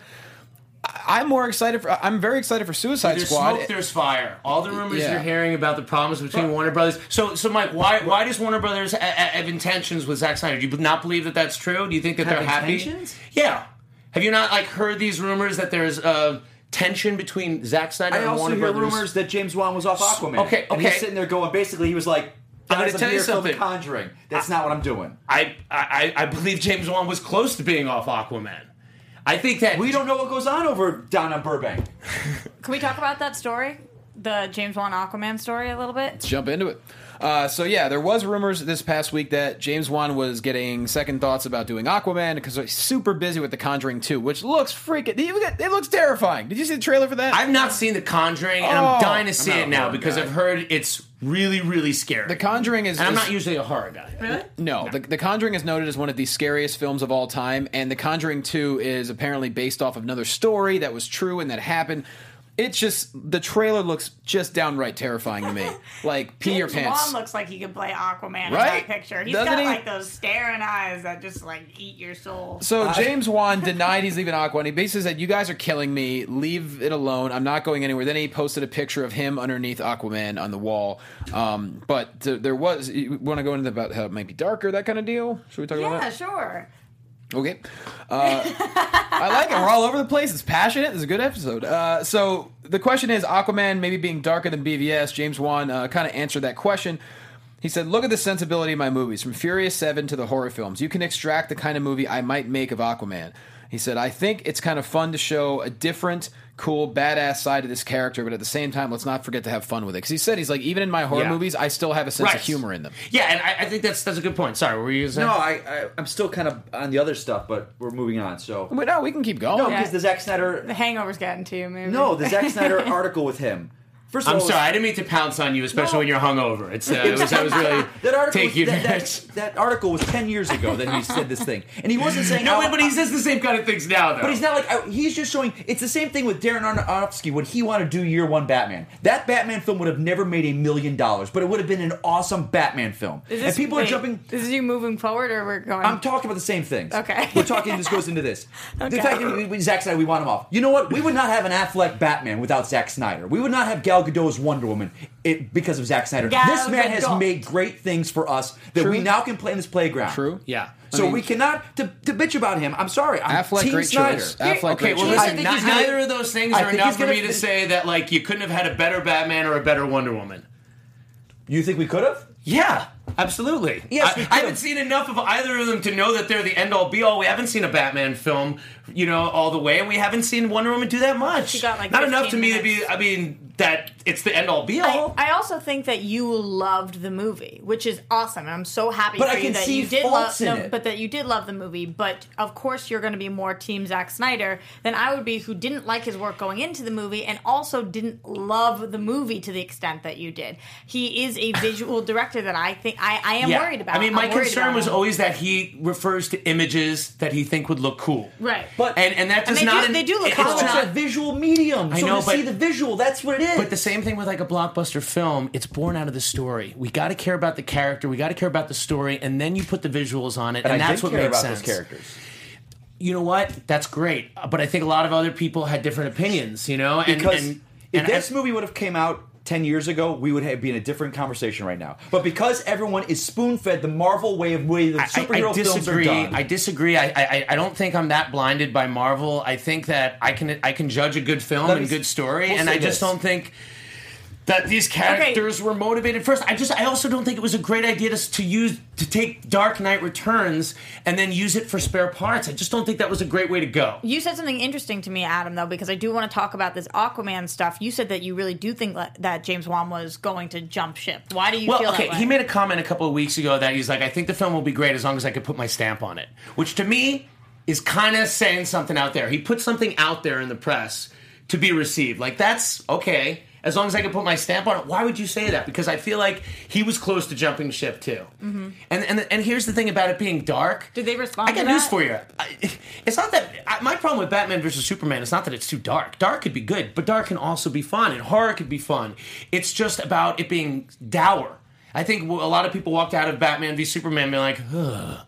B: I- I'm more excited for. I'm very excited for Suicide
E: There's
B: Squad.
E: smoke, there's fire. All the rumors
B: Yeah.
E: you're hearing about the problems between Warner Brothers. So, so Mike, why why does Warner Brothers ha- ha- have intentions with Zack Snyder? Do you not believe that that's true? Do you think that
F: Have
E: they're happy?
F: intentions?
E: Yeah. Have you not like heard these rumors that there's uh, tension between Zack Snyder
F: I
E: and
F: also
E: Warner
F: hear
E: Brothers?
F: rumors that James Wan was off Aquaman.
E: okay,
F: And he's
E: okay.
F: sitting there going, basically, he was like,
E: I'm gonna
F: "Guys, I'm
E: tell you
F: here for The
E: something.
F: Conjuring. That's not what I'm doing.
E: I, I I believe James Wan was close to being off Aquaman. I think that
F: We don't know what goes on over down on Burbank.
D: Can we talk about that story? The James Wan Aquaman story a little bit?
B: jump into it. Uh, so yeah, there was rumors this past week that James Wan was getting second thoughts about doing Aquaman because he's super busy with The Conjuring 2, which looks freaking. It looks terrifying. Did you see the trailer for that?
E: I've not seen The Conjuring, and
B: Oh,
E: I'm dying
B: I'm
E: to see
B: not a
E: it now
B: horror
E: because
B: guy.
E: I've heard it's really really scary.
B: the Conjuring is.
E: and I'm
B: is-
E: not usually a horror guy. Really?
B: No, The, the Conjuring is noted as one of the scariest films of all time, and The Conjuring 2 is apparently based off of another story that was true and that happened. It's just the trailer looks just downright terrifying to me. Like pee your
D: James
B: pants.
D: Wan looks like he could play Aquaman
B: Right?
D: in that picture. He's
B: Doesn't
D: got
B: he?
D: like those staring eyes that just like eat your soul.
B: So James Wan denied he's leaving Aqua, and he basically said, "You guys are killing me. Leave it alone. I'm not going anywhere." Then he posted a picture of him underneath Aquaman on the wall. Um, but th- there was. You want to go into about how it might be darker, that kind of deal? Should we talk about
F: uh,
D: yeah,
B: that?
D: sure.
B: Okay. Uh, I like it. We're all over the place. It's passionate. It's a good episode. Uh, so the question is Aquaman maybe being darker than BVS. James Wan uh, kind of answered that question. He said, Look at the sensibility of my movies, from Furious 7 to the horror films. You can extract the kind of movie I might make of Aquaman. He said, I think it's kind of fun to show a different, cool, badass side to this character, but at the same time, let's not forget to have fun with it. Because he said, he's like, even in my horror
E: Yeah.
B: movies, I still have a sense
E: Right.
B: of humor in them.
E: Yeah, and I, I think that's that's a good point. Sorry, were you saying?
F: No, I, I, I'm still kind of on the other stuff, but we're moving on. So
B: But no, we can keep going.
F: no,
D: Yeah.
F: because the Zack Snyder,
D: The hangover's getting to you, maybe.
F: no, the Zack Snyder article with him. First of
E: I'm
F: all,
E: sorry, I didn't mean to pounce on you, especially
F: No.
E: when you're hungover. It's uh, it was, I was really
F: That article,
E: taking
F: was, that,
E: advantage.
F: that, that article was ten years ago that he said this thing, and he wasn't saying
E: No,
F: how-
E: wait, but he says the same kind of things now, though.
F: But he's not like I- he's just showing. It's the same thing with Darren Aronofsky when he wanted to do Year One Batman. That Batman film would have never made a million dollars, but it would have been an awesome Batman film.
D: Is
F: and people
D: wait,
F: are jumping.
D: Is this you moving forward or we're going?
F: I'm talking about the same things.
D: Oh. Okay.
F: we're talking. This goes into this.
D: Okay.
F: The fact that we, we, Zack Snyder, we want him off. You know what? We would not have an Affleck Batman without Zack Snyder. We would not have Gal Gadot's Wonder Woman it, because of Zack Snyder.
D: Gal
F: this man has
D: Gadot.
F: made great things for us that
B: True.
F: we now can play in this playground.
B: True.
E: yeah.
F: So
B: I mean-
F: we cannot to, to bitch about him. I'm sorry. I'm
B: Affleck,
F: Team
B: great
F: Snyder.
B: choice. Affleck,
E: Okay,
B: great
E: well,
B: choice.
F: I
E: listen,
F: think
E: not-
F: he's gonna-
E: neither of those things
F: I
E: are
F: think
E: enough
F: he's
E: for
F: gonna
E: me to
F: fin-
E: say that, like, you couldn't have had a better Batman or a better Wonder Woman.
F: You think we could have?
E: Yeah, absolutely.
F: Yes,
E: I,
F: we
E: I
F: could've.
E: haven't seen enough of either of them to know that they're the end all be all. We haven't seen a Batman film, you know, all the way, and we haven't seen Wonder Woman do that much.
D: She got, like,
E: Not enough to
D: 15
E: me to be.
D: minutes.
E: I mean, that it's the end all be all.
D: I, I also think that you loved the movie, which is awesome, and I'm so happy
F: But
D: for
F: I
D: you
F: can
D: that
F: see
D: you did
F: faults
D: love.
F: in
D: no,
F: it.
D: But that you did love the movie. But of course, you're going to be more Team Zack Snyder than I would be, who didn't like his work going into the movie, and also didn't love the movie to the extent that you did. He is a visual director that I think I, I am
E: Yeah.
D: worried about.
E: I mean,
D: I'm
E: my
D: worried
E: concern
D: about
E: was
D: him.
E: always that he refers to images that he think would look cool.
D: right,
F: But-
E: And and that
D: And
E: does
D: they
E: not.
D: do- they do look
E: it's
D: cool.
E: not-
F: It's a visual medium.
E: I
F: so
E: know,
F: to
E: but-
F: see the visual, that's what it is.
E: But the same thing with like a blockbuster film, it's born out of the story. We got to care about the character, we got to care about the story, and then you put the visuals on it, and,
F: and I
E: that's
F: did
E: what
F: care
E: makes
F: about
E: sense.
F: those characters.
E: You know what? That's great, Uh, but I think a lot of other people had different opinions. You know, and
F: Because
E: and,
F: if
E: and
F: this movie would have came out ten years ago, we would have been in a different conversation right now. But because everyone is spoon fed the Marvel way of way the
E: I- I-
F: superhero
E: I
F: films are
E: disagree.
F: done.
E: I disagree. I, I I don't think I'm that blinded by Marvel. I think that I can I can judge a good film
F: Let me
E: and
F: s-
E: good story,
F: we'll
E: and
F: say
E: I just
F: this.
E: don't think that these characters were motivated first. I just I also don't think it was a great idea to, to use to take Dark Knight Returns and then use it for spare parts. I just don't think that was a great way to go.
D: You said something interesting to me, Adam, though, because I do want to talk about this Aquaman stuff. You said that you really do think that- that James Wan was going to jump ship. Why do you
E: well,
D: feel
E: okay,
D: that way?
E: he made a comment a couple of weeks ago that he's like, I think the film will be great as long as I could put my stamp on it, which to me is kind of saying something out there. He put something out there in the press to be received. Like that's okay as long as I can put my stamp on it. Why would you say that? Because I feel like he was close to jumping ship too. Mm-hmm. And and and here's the thing about it being dark.
D: Did they respond
E: I got
D: to
E: news
D: that?
E: for you. I, it's not that I, my problem with Batman versus Superman is not that it's too dark. Dark could be good, but dark can also be fun, and horror could be fun. It's just about it being dour. I think a lot of people walked out of Batman v Superman being like, Ugh,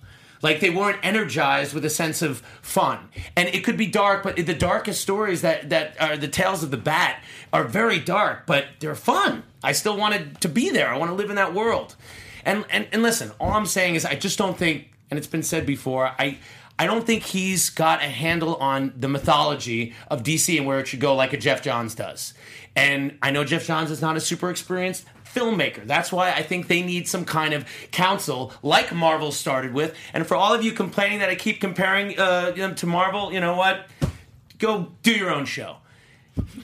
E: Like they weren't energized with a sense of fun. And it could be dark, but the darkest stories that that are the tales of the bat are very dark, but they're fun. I still wanted to be there. I want to live in that world. And and and listen, all I'm saying is I just don't think and it's been said before, I I don't think he's got a handle on the mythology of DC and where it should go like a Jeff Johns does. And I know Jeff Johns is not a super experienced filmmaker. That's why I think they need some kind of counsel like Marvel started with. And for all of you complaining that I keep comparing uh, them to Marvel, you know what? Go do your own show.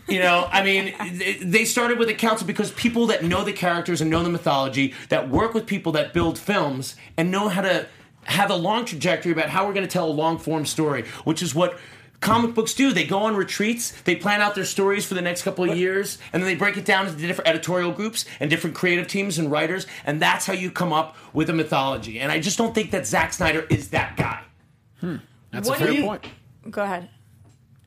E: You know, I mean, th- they started with a council because people that know the characters and know the mythology, that work with people that build films and know how to have a long trajectory about how we're going to tell a long form story, which is what comic books do. They go on retreats, they plan out their stories for the next couple of years, and then they break it down into different editorial groups and different creative teams and writers, and that's how you come up with a mythology. And I just don't think that Zack Snyder is that guy.
B: That's
D: What
B: a
D: do
B: fair
D: you-
B: point.
D: Go ahead.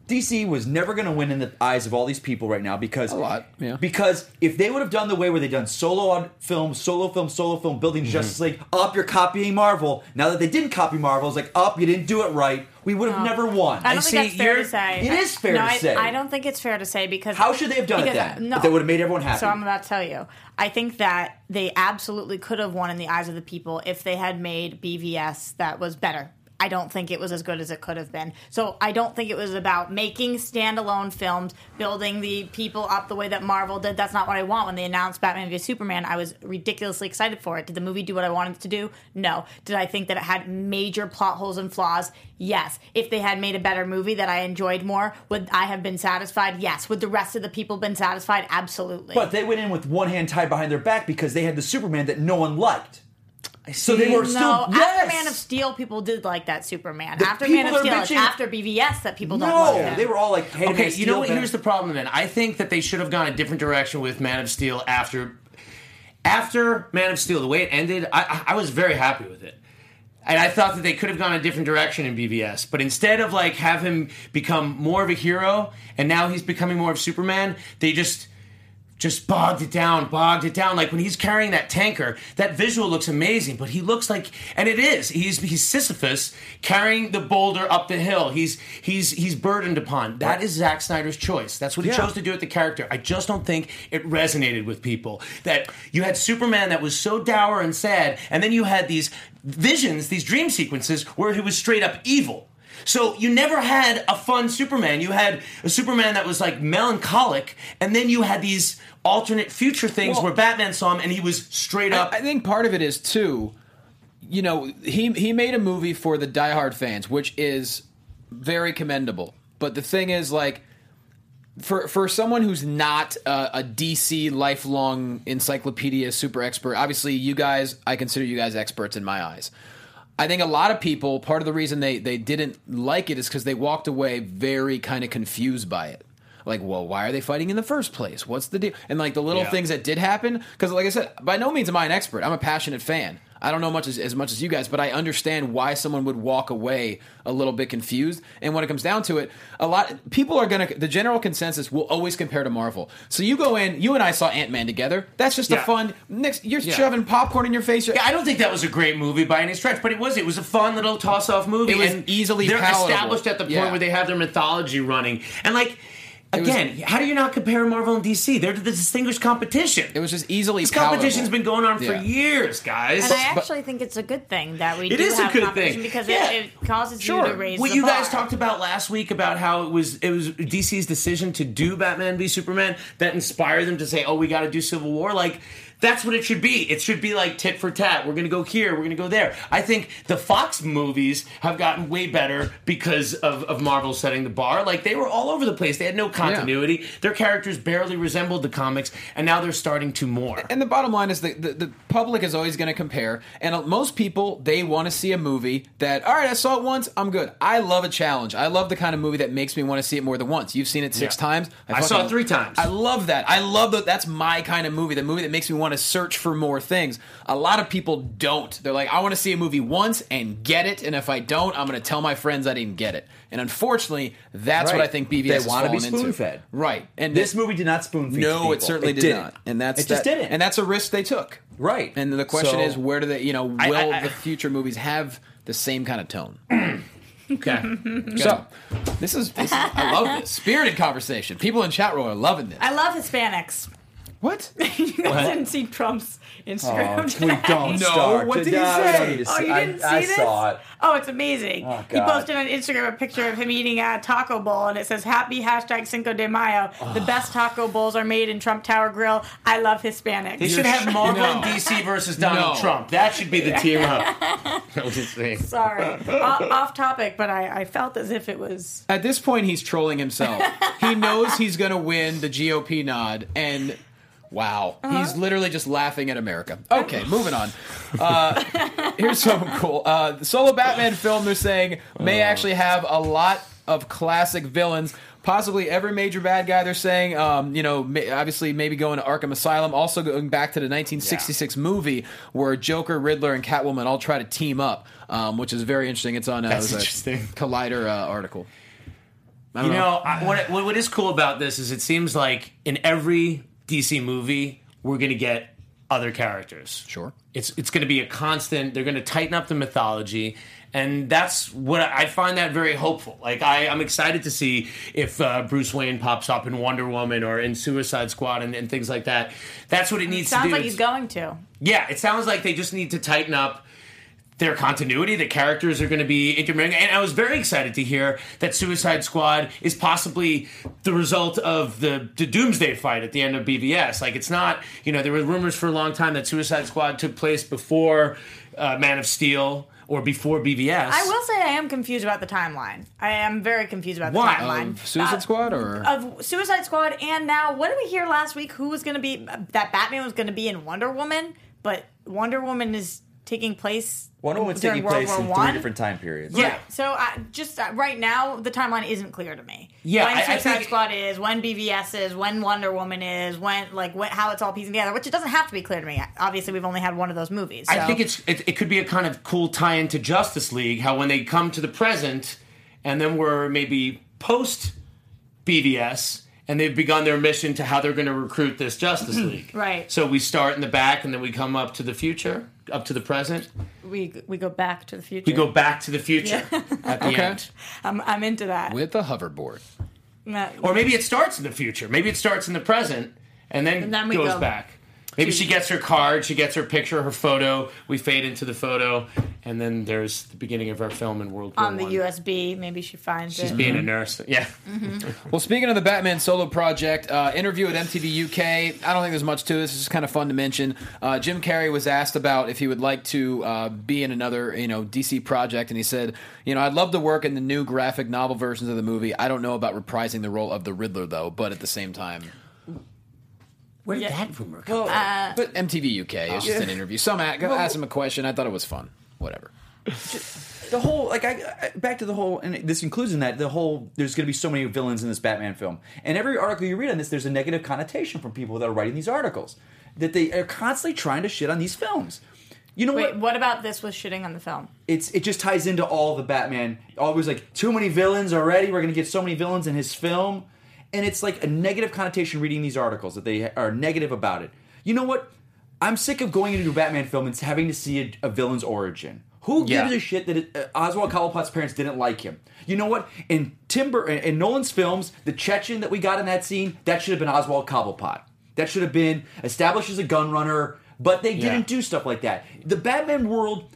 F: DC was never going to win in the eyes of all these people right now because a
B: lot, yeah.
F: Because if they would have done the way where they done solo on film, solo film, solo film, building
E: Mm-hmm.
F: Justice League up, you're copying Marvel. Now that they didn't copy Marvel, it's like up, you didn't do it right. We would have never won.
D: I don't
E: see,
D: think that's fair
E: you're-
D: to say.
F: it is fair
D: no,
F: to
D: I,
F: say.
D: I don't think it's fair to say because
F: How should they have done it
D: because-
F: then?
D: No,
F: If they would have made everyone happy.
D: So I'm about to tell you. I think that they absolutely could have won in the eyes of the people if they had made BVS that was better. I don't think it was as good as it could have been. So I don't think it was about making standalone films, building the people up the way that Marvel did. That's not what I want. When they announced Batman v Superman, I was ridiculously excited for it. Did the movie do what I wanted it to do? No. Did I think that it had major plot holes and flaws? Yes. If they had made a better movie that I enjoyed more, would I have been satisfied? Yes. Would the rest of the people been satisfied? Absolutely.
F: but they went in with one hand tied behind their back because they had the Superman that no one liked. So they were
D: no,
F: still
D: after
F: yes!
D: Man of Steel, people did like that Superman.
F: The
D: after
F: people
D: Man of
F: that are
D: Steel, it's
F: bitching-
D: after BVS that people don't
F: No,
D: like him.
F: they were all like, hey, Man
E: Okay,
F: of
E: you know
F: Steel,
E: what?
F: man.
E: Here's the problem. Then I think that they should have gone a different direction with Man of Steel after after Man of Steel. The way it ended, I, I I was very happy with it. And I thought that they could have gone a different direction in BVS, but instead of like have him become more of a hero, and now he's becoming more of Superman, they just just bogged it down, bogged it down. Like when he's carrying that tanker, that visual looks amazing, but he looks like, and it is, he's he's Sisyphus carrying the boulder up the hill. He's he's he's burdened upon. That is Zack Snyder's choice. That's what he
F: Yeah.
E: chose to do with the character. I just don't think it resonated with people. That you had Superman that was so dour and sad, and then you had these visions, these dream sequences where he was straight up evil. So you never had a fun Superman. You had a Superman that was like melancholic, and then you had these alternate future things
B: Well-
E: where Batman saw him and he was straight up.
B: I, I think part of it is too. You know, he he made a movie for the diehard fans, which is very commendable. But the thing is, like, for for someone who's not uh, a DC lifelong encyclopedia super expert, obviously you guys, I consider you guys experts in my eyes. I think a lot of people, part of the reason they they didn't like it is because they walked away very kind of confused by it. Like, well, why are they fighting in the first place? What's the deal? And like the little
E: Yeah.
B: things that did happen, because like I said, by no means am I an expert. I'm a passionate fan. I don't know much as, as much as you guys, but I understand why someone would walk away a little bit confused. And when it comes down to it, a lot people are gonna. The general consensus will always compare to Marvel. So you go in, you and I saw Ant Man together. That's just a
E: Yeah.
B: fun. Next, you're shoving popcorn in your face. You're-
E: Yeah, I don't think that was a great movie by any stretch, but it was. It was a fun little toss-off movie.
B: It was
E: and
B: easily
E: they're
B: palatable.
E: established at the point
B: Yeah.
E: where they have their mythology running, and like again, how do you not compare Marvel and DC? They're the distinguished competition.
B: It was just easily
E: this competition's been
B: palatable.
E: going on
B: Yeah.
E: for years, guys.
D: and I actually think it's a good thing that we
E: It
D: do
E: is a
D: have
E: good
D: competition
E: thing.
D: because
E: Yeah.
D: it, it causes
B: Sure.
D: you to raise
E: what
D: the
E: you
D: bar.
E: guys talked about last week about how it was it was DC's decision to do Batman v Superman that inspired them to say, "Oh, we got to do Civil War." Like that's what it should be. It should be like tit for tat. We're going to go here, we're going to go there. I think the Fox movies have gotten way better because of of Marvel setting the bar. Like they were all over the place. They had no continuity. Their characters barely resembled the comics, and now they're starting to more.
B: And the bottom line is the, the, the public is always going to compare. And uh, most people, they want to see a movie that, all right, I saw it once, I'm good. I love a challenge. I love the kind of movie that makes me want to see it more than once. You've seen it six
E: Yeah.
B: times.
E: I saw
B: fucking-
E: it three times.
B: I love that. I love that. That's my kind of movie, the movie that makes me want to search for more things. A lot of people don't. They're like, I want to see a movie once and get it. And if I don't, I'm going to tell my friends I didn't get it. And unfortunately, that's what
F: Right.
B: I think BVS
F: They
B: has
F: wanna be
B: fallen into.
F: spoon-fed.
B: Right. And
F: This movie did not spoon feed.
B: no, it certainly did
F: didn't.
B: not, and that's
F: it just
B: that-
F: didn't.
B: and that's a risk they took,
F: Right.
B: And the question
F: So-
B: is, where do they, you know, will
E: I- I-
B: the future movies have the same kind of tone.
E: Okay.
B: So this is, this is I love this spirited conversation. People in chat room are loving this.
D: I love Hispanics.
B: what?
D: you guys didn't see Trump's Instagram.
F: we
D: today.
F: don't
B: No,
F: start.
B: what
F: to-
B: did he
F: no, we don't
B: say?
F: need to
D: Oh,
F: see-
D: you didn't
F: I,
D: see this?
F: I saw it.
D: Oh, it's amazing.
F: Oh,
D: he
F: God.
D: posted on Instagram a picture of him eating a taco bowl, and it says "Happy hashtag Cinco de Mayo." The best taco bowls are made in Trump Tower Grill. I love Hispanics.
E: They should have Marvel
B: No.
E: and DC versus Donald
B: No.
E: Trump. That should be the team up. That was his thing.
D: Sorry, O- off topic, but I, I felt as if it was.
B: At this point, he's trolling himself. he knows he's going to win the GOP nod, and wow, he's literally just laughing at America. Okay, moving on. Uh, here's something cool. Uh, the solo Batman film they're saying
E: Oh.
B: may actually have a lot of classic villains. Possibly every major bad guy they're saying, um, you know, ma- obviously maybe going to Arkham Asylum. Also going back to the 1966 movie where Joker, Riddler, and Catwoman all try to team up, um, which is very interesting. It's on uh,
E: That's
B: it was a
E: interesting.
B: Collider uh, article.
E: You know, I, what, what what is cool about this is it seems like in every DC movie we're going to get other characters.
B: Sure.
E: It's it's going to be a constant. They're going to tighten up the mythology. And that's what I find that very hopeful. Like I, I'm excited to see if uh, Bruce Wayne pops up in Wonder Woman or in Suicide Squad and, and things like that. That's what it needs to
D: Sounds
E: do.
D: like he's going to.
E: Yeah, it sounds like they just need to tighten up their continuity. The characters are going to be intermarrying. And I was very excited to hear that Suicide Squad is possibly the result of the, the Doomsday fight at the end of BVS. Like, it's not, you know, there were rumors for a long time that Suicide Squad took place before uh, Man of Steel or before BVS.
D: I will say I am confused about the timeline. I am very confused about the
E: Why?
D: timeline.
B: Of Suicide
D: Uh,
B: Squad or
D: of Suicide Squad, and now what did we hear last week? Who was going to be that Batman was going to be in Wonder Woman, but Wonder Woman is taking place.
F: Wonder Woman's
D: during
F: taking
D: World
F: place
D: War
F: in
D: One?
F: three different time periods.
E: Yeah.
D: Right. So I, just uh, right now, the timeline isn't clear to me.
E: Yeah,
D: when
E: I- I
D: Suicide
E: think-
D: Squad is, when BVS is, when Wonder Woman is, when like when, how it's all piecing together, which it doesn't have to be clear to me. Obviously, we've only had one of those movies.
E: I
D: so-
E: think it's it, it could be a kind of cool tie-in to Justice League. How when they come to the present, and then we're maybe post BVS, and they've begun their mission to how they're going to recruit this Justice League.
D: Mm-hmm. Right.
E: So we start in the back, and then we come up to the future, up to the present.
D: we we go back to the future.
E: We go back to the future at the
B: Okay.
E: end,
D: I'm I'm into that.
B: with a hoverboard.
D: Not-
E: or maybe it starts in the future. Maybe it starts in the present, and then,
D: And then we
E: goes
D: go
E: back. Maybe
D: to-
E: she gets her card, she gets her picture, her photo. We fade into the photo, and then there's the beginning of our film in World War
D: on the
E: One.
D: USB, maybe she finds
E: She's
D: it.
E: being a nurse. Yeah.
B: Well, speaking of the Batman solo project, uh, interview at MTV UK. I don't think there's much to this. It's just kind of fun to mention. Uh, Jim Carrey was asked about if he would like to uh, be in another, you know, DC project, and he said, you know, I'd love to work in the new graphic novel versions of the movie. I don't know about reprising the role of the Riddler though, but at the same time,
E: Where did
D: Yeah.
E: that rumor come from?
D: Uh,
B: but MTV UK is just an interview. Some a- asked him a question. I thought it was fun. Whatever.
F: the whole like I, I back to the whole and this includes in that the whole there's going to be so many villains in this Batman film and every article you read on this there's a negative connotation from people that are writing these articles that they are constantly trying to shit on these films. You know
D: Wait,
F: what?
D: what about this was shitting on the film?
F: It's it just ties into all the Batman. Always like too many villains already. We're going to get so many villains in his film, and it's like a negative connotation reading these articles that they are negative about it. You know what? I'm sick of going into a Batman film and having to see a, a villain's origin. Who
E: Yeah.
F: gives a shit that it, uh, Oswald Cobblepot's parents didn't like him? You know what? In Timber in, in Nolan's films, the Chechen that we got in that scene, that should have been Oswald Cobblepot. That should have been established as a gun runner, but they
E: Yeah.
F: didn't do stuff like that. The Batman world,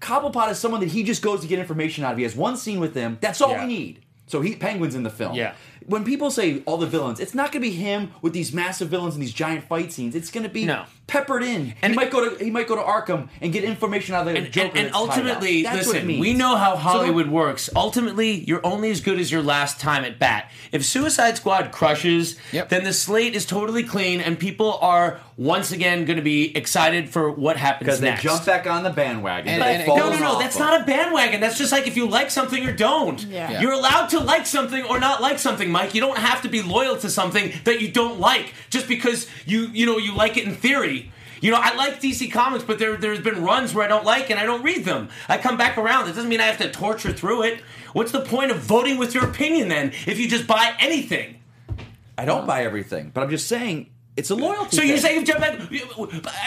F: Cobblepot is someone that he just goes to get information out of. He has one scene with him. That's all
E: Yeah.
F: we need. So he penguins in the film.
E: Yeah.
F: When people say all the villains, it's not going to be him with these massive villains and these giant fight scenes. It's going to be
E: No.
F: peppered in.
E: And-
F: he might go to he might go to Arkham and get information out of the
E: And,
F: Joker.
E: and, and
F: that's tied up.
E: ultimately,
F: That's what it
E: listen,
F: means.
E: we know how
F: So
E: Hollywood
F: don't-
E: works. Ultimately, you're only as good as your last time at bat. If Suicide Squad crushes,
B: Yep.
E: then the slate is totally clean, and people are once again going to be excited for what happens
F: because they
E: next.
F: jump back on the bandwagon.
B: And-
F: but
B: and-
F: it
E: no, no,
F: falls
E: no.
F: off
E: That's
F: of.
E: not a bandwagon. That's just like if you like something or don't.
D: Yeah. Yeah.
E: You're allowed to like something or not like something, Mike. You don't have to be loyal to something that you don't like just because you you know you like it in theory. You know, I like DC Comics, but there there's been runs where I don't like and I don't read them. I come back around. It doesn't mean I have to torture through it. What's the point of voting with your opinion then if you just buy anything?
F: I don't buy everything, but I'm just saying It's a loyalty.
E: So you're saying
F: thing.
E: jump back?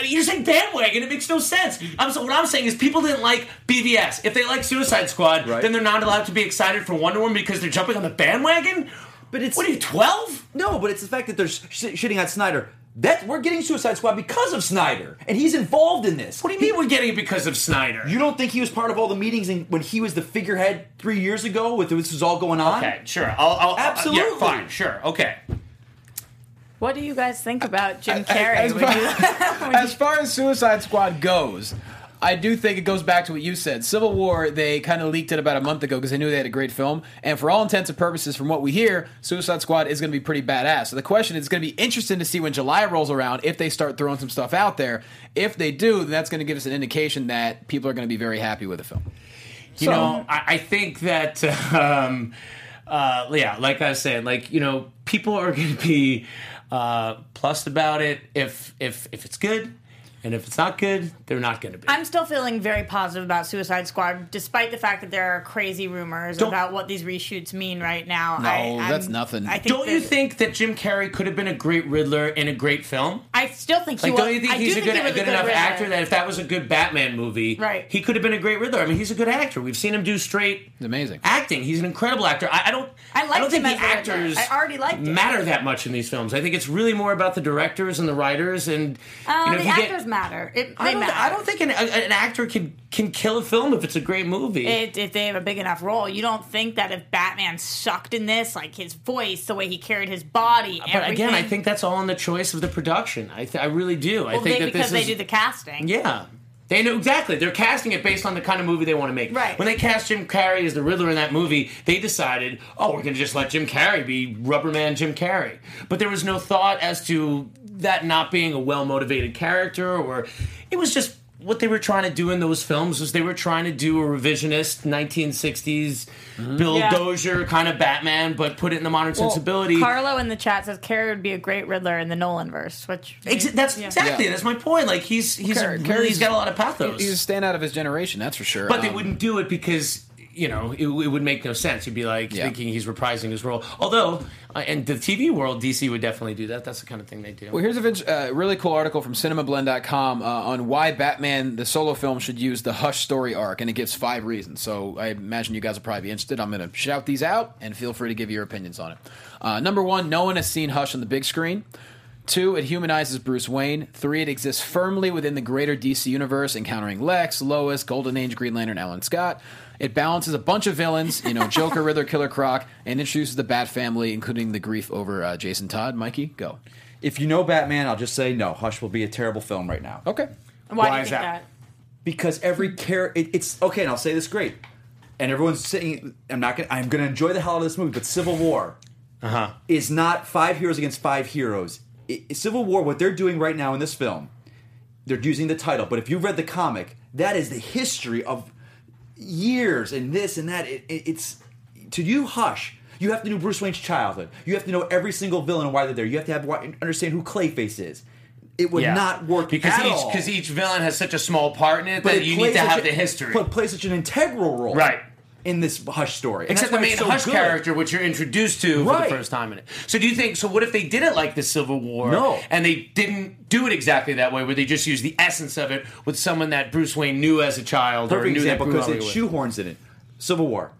E: You're saying bandwagon? It makes no sense. I'm so, what I'm saying is people didn't like BVS. If they like Suicide Squad,
F: Right.
E: then they're not allowed to be excited for Wonder Woman because they're jumping on the bandwagon.
F: But it's-
E: what are you twelve?
F: No, but it's the fact that they're sh- sh- shitting on Snyder. That we're getting Suicide Squad because of Snyder, and he's involved in this.
E: What do you mean we're getting it because of Snyder?
F: You don't think he was part of all the meetings and when he was the figurehead three years ago with this was all going on?
E: okay? Sure. I'll, I'll
F: Absolutely.
E: yeah, fine. Sure. Okay.
D: What do you guys think about Jim Carrey?
B: as
D: Would
B: far-
D: you- would
B: as far as Suicide Squad goes, I do think it goes back to what you said. Civil War, they kind of leaked it about a month ago because they knew they had a great film. And for all intents and purposes, from what we hear, Suicide Squad is going to be pretty badass. So the question is, it's going to be interesting to see when July rolls around if they start throwing some stuff out there. If they do, then that's going to give us an indication that people are going to be very happy with the film.
E: You
B: So-
E: know, I, I think that, um, uh, yeah, like I was saying, like you know, people are going to be uh, plussed about it if if if it's good, and if it's not good, they're not going to be.
D: I'm still feeling very positive about Suicide Squad, despite the fact that there are crazy rumors about what these reshoots mean right now.
B: No,
D: I,
B: that's
D: I'm-
B: nothing.
D: I think
E: don't you
D: that-
E: think that Jim Carrey could have been a great Riddler in a great film?
D: I still think he
E: Like,
D: was.
E: don't you think
D: I
E: he's
D: do
E: a good,
D: he was
E: a good enough
D: Riddler.
E: actor that if that was a good Batman movie,
D: Right.
E: he could have been a great Riddler? I mean, he's a good actor. We've seen him do straight
B: It's amazing.
E: acting. He's an incredible actor. I, I don't.
D: I liked
E: don't think the
D: him as the Riddler.
E: actors.
D: I already liked him.
E: matter that much in these films. I think it's really more about the directors and the writers and
D: Uh,
E: you know, if
D: the
E: you
D: actors
E: Get,
D: matter. It, they
E: I don't,
D: matter.
E: I don't think an, a- an actor can can kill a film if it's a great movie.
D: If, if they have a big enough role, you don't think that if Batman sucked in this, like his voice, the way he carried his body,
E: but again, I
D: everything-
E: think that's all in the choice of the production. I, th- I really do. I think
D: Well, they-
E: that this
D: because they
E: is
D: do the casting.
E: Yeah. They know exactly. They're casting it based on the kind of movie they want to make.
D: Right.
E: When they cast Jim Carrey as the Riddler in that movie, they decided, oh, we're going to just let Jim Carrey be Rubberman Jim Carrey. But there was no thought as to that not being a well motivated character, or it was just what they were trying to do in those films was they were trying to do a revisionist 1960s
B: Mm-hmm.
E: Bill
D: Yeah.
E: Dozier kind of Batman, but put it in the modern sensibility.
D: Carlo in the chat says Carrie would be a great Riddler in the Nolan verse, which
E: Ex- that's exactly
B: Yeah.
E: that's my point. Like he's he's
B: Car-
E: a, really,
B: Carrey's-
E: he's got a lot of pathos.
B: He's a standout of his generation, that's for sure.
E: But they
B: Um,
E: wouldn't do it because you know it, it would make no sense. You'd be like
B: Yeah.
E: thinking he's reprising his role. Although, uh, in the TV world, DC would definitely do that. That's the kind of thing they do.
B: Well, here's a vin- uh, really cool article from CinemaBlend.com uh, on why Batman the solo film should use the Hush story arc, and it gives five reasons. So I imagine you guys will probably be interested. I'm going to shout these out, and feel free to give your opinions on it. Uh, number one, no one has seen Hush on the big screen. Two, it humanizes Bruce Wayne. Three, it exists firmly within the greater DC universe, encountering Lex, Lois, Golden Age, Green Lantern, Alan Scott. It balances a bunch of villains, you know, Joker, Riddler, Killer Croc, and introduces the Bat family, including the grief over uh, Jason Todd. Mikey, go.
F: If you know Batman, I'll just say no. Hush will be a terrible film right now.
B: Okay.
D: why,
E: why
D: do you
E: is
D: think
E: that?
D: that?
F: because every care it, it's okay and i'll say this great and everyone's saying i'm not gonna i'm gonna enjoy the hell out of this movie but civil war is not five heroes against five heroes I I- civil war what they're doing right now in this film they're using the title but if you read the comic that is the history of years and this and that it, it, it's to you hush you have to know bruce wayne's childhood you have to know every single villain and why they're there you have to have why- understand who clayface is it would not work
E: because
F: at
E: each
F: all
E: because each villain has such a small part in it that
F: it
E: you
F: plays
E: need to
F: such
E: have
F: a-
E: the history.
F: But plays such an integral role,
E: Right.
F: In this Hush story, And
E: Except the
F: that's why
E: main
F: it's so
E: Hush
F: good.
E: character, which you're introduced to for
F: Right.
E: the first time in it. So, do you think? So, what if they did it like the Civil War?
F: No.
E: and they didn't do it exactly that way, where they just used the essence of it with someone that Bruce Wayne knew as a child or
F: Perfect
E: knew
F: example
E: that grew
F: because
E: up
F: it
E: with.
F: shoehorns in it. Civil War,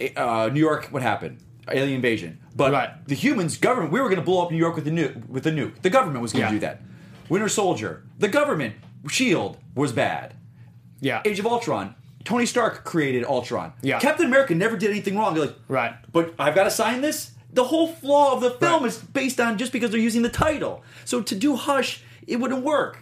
F: It- uh, New York. What happened? Alien invasion. But
E: Right.
F: the humans, government. We were going to blow up New York with the nuke. With the nuke, the government was going to
E: Yeah.
F: do that. Winter Soldier, the government. Shield was bad.
E: yeah,
F: Age of Ultron. Tony Stark created Ultron.
E: Yeah.
F: Captain America never did anything wrong. They're like,
E: Right.
F: But I've got to sign this. The whole flaw of the film
E: Right.
F: is based on just because they're using the title. So to do Hush, it wouldn't work.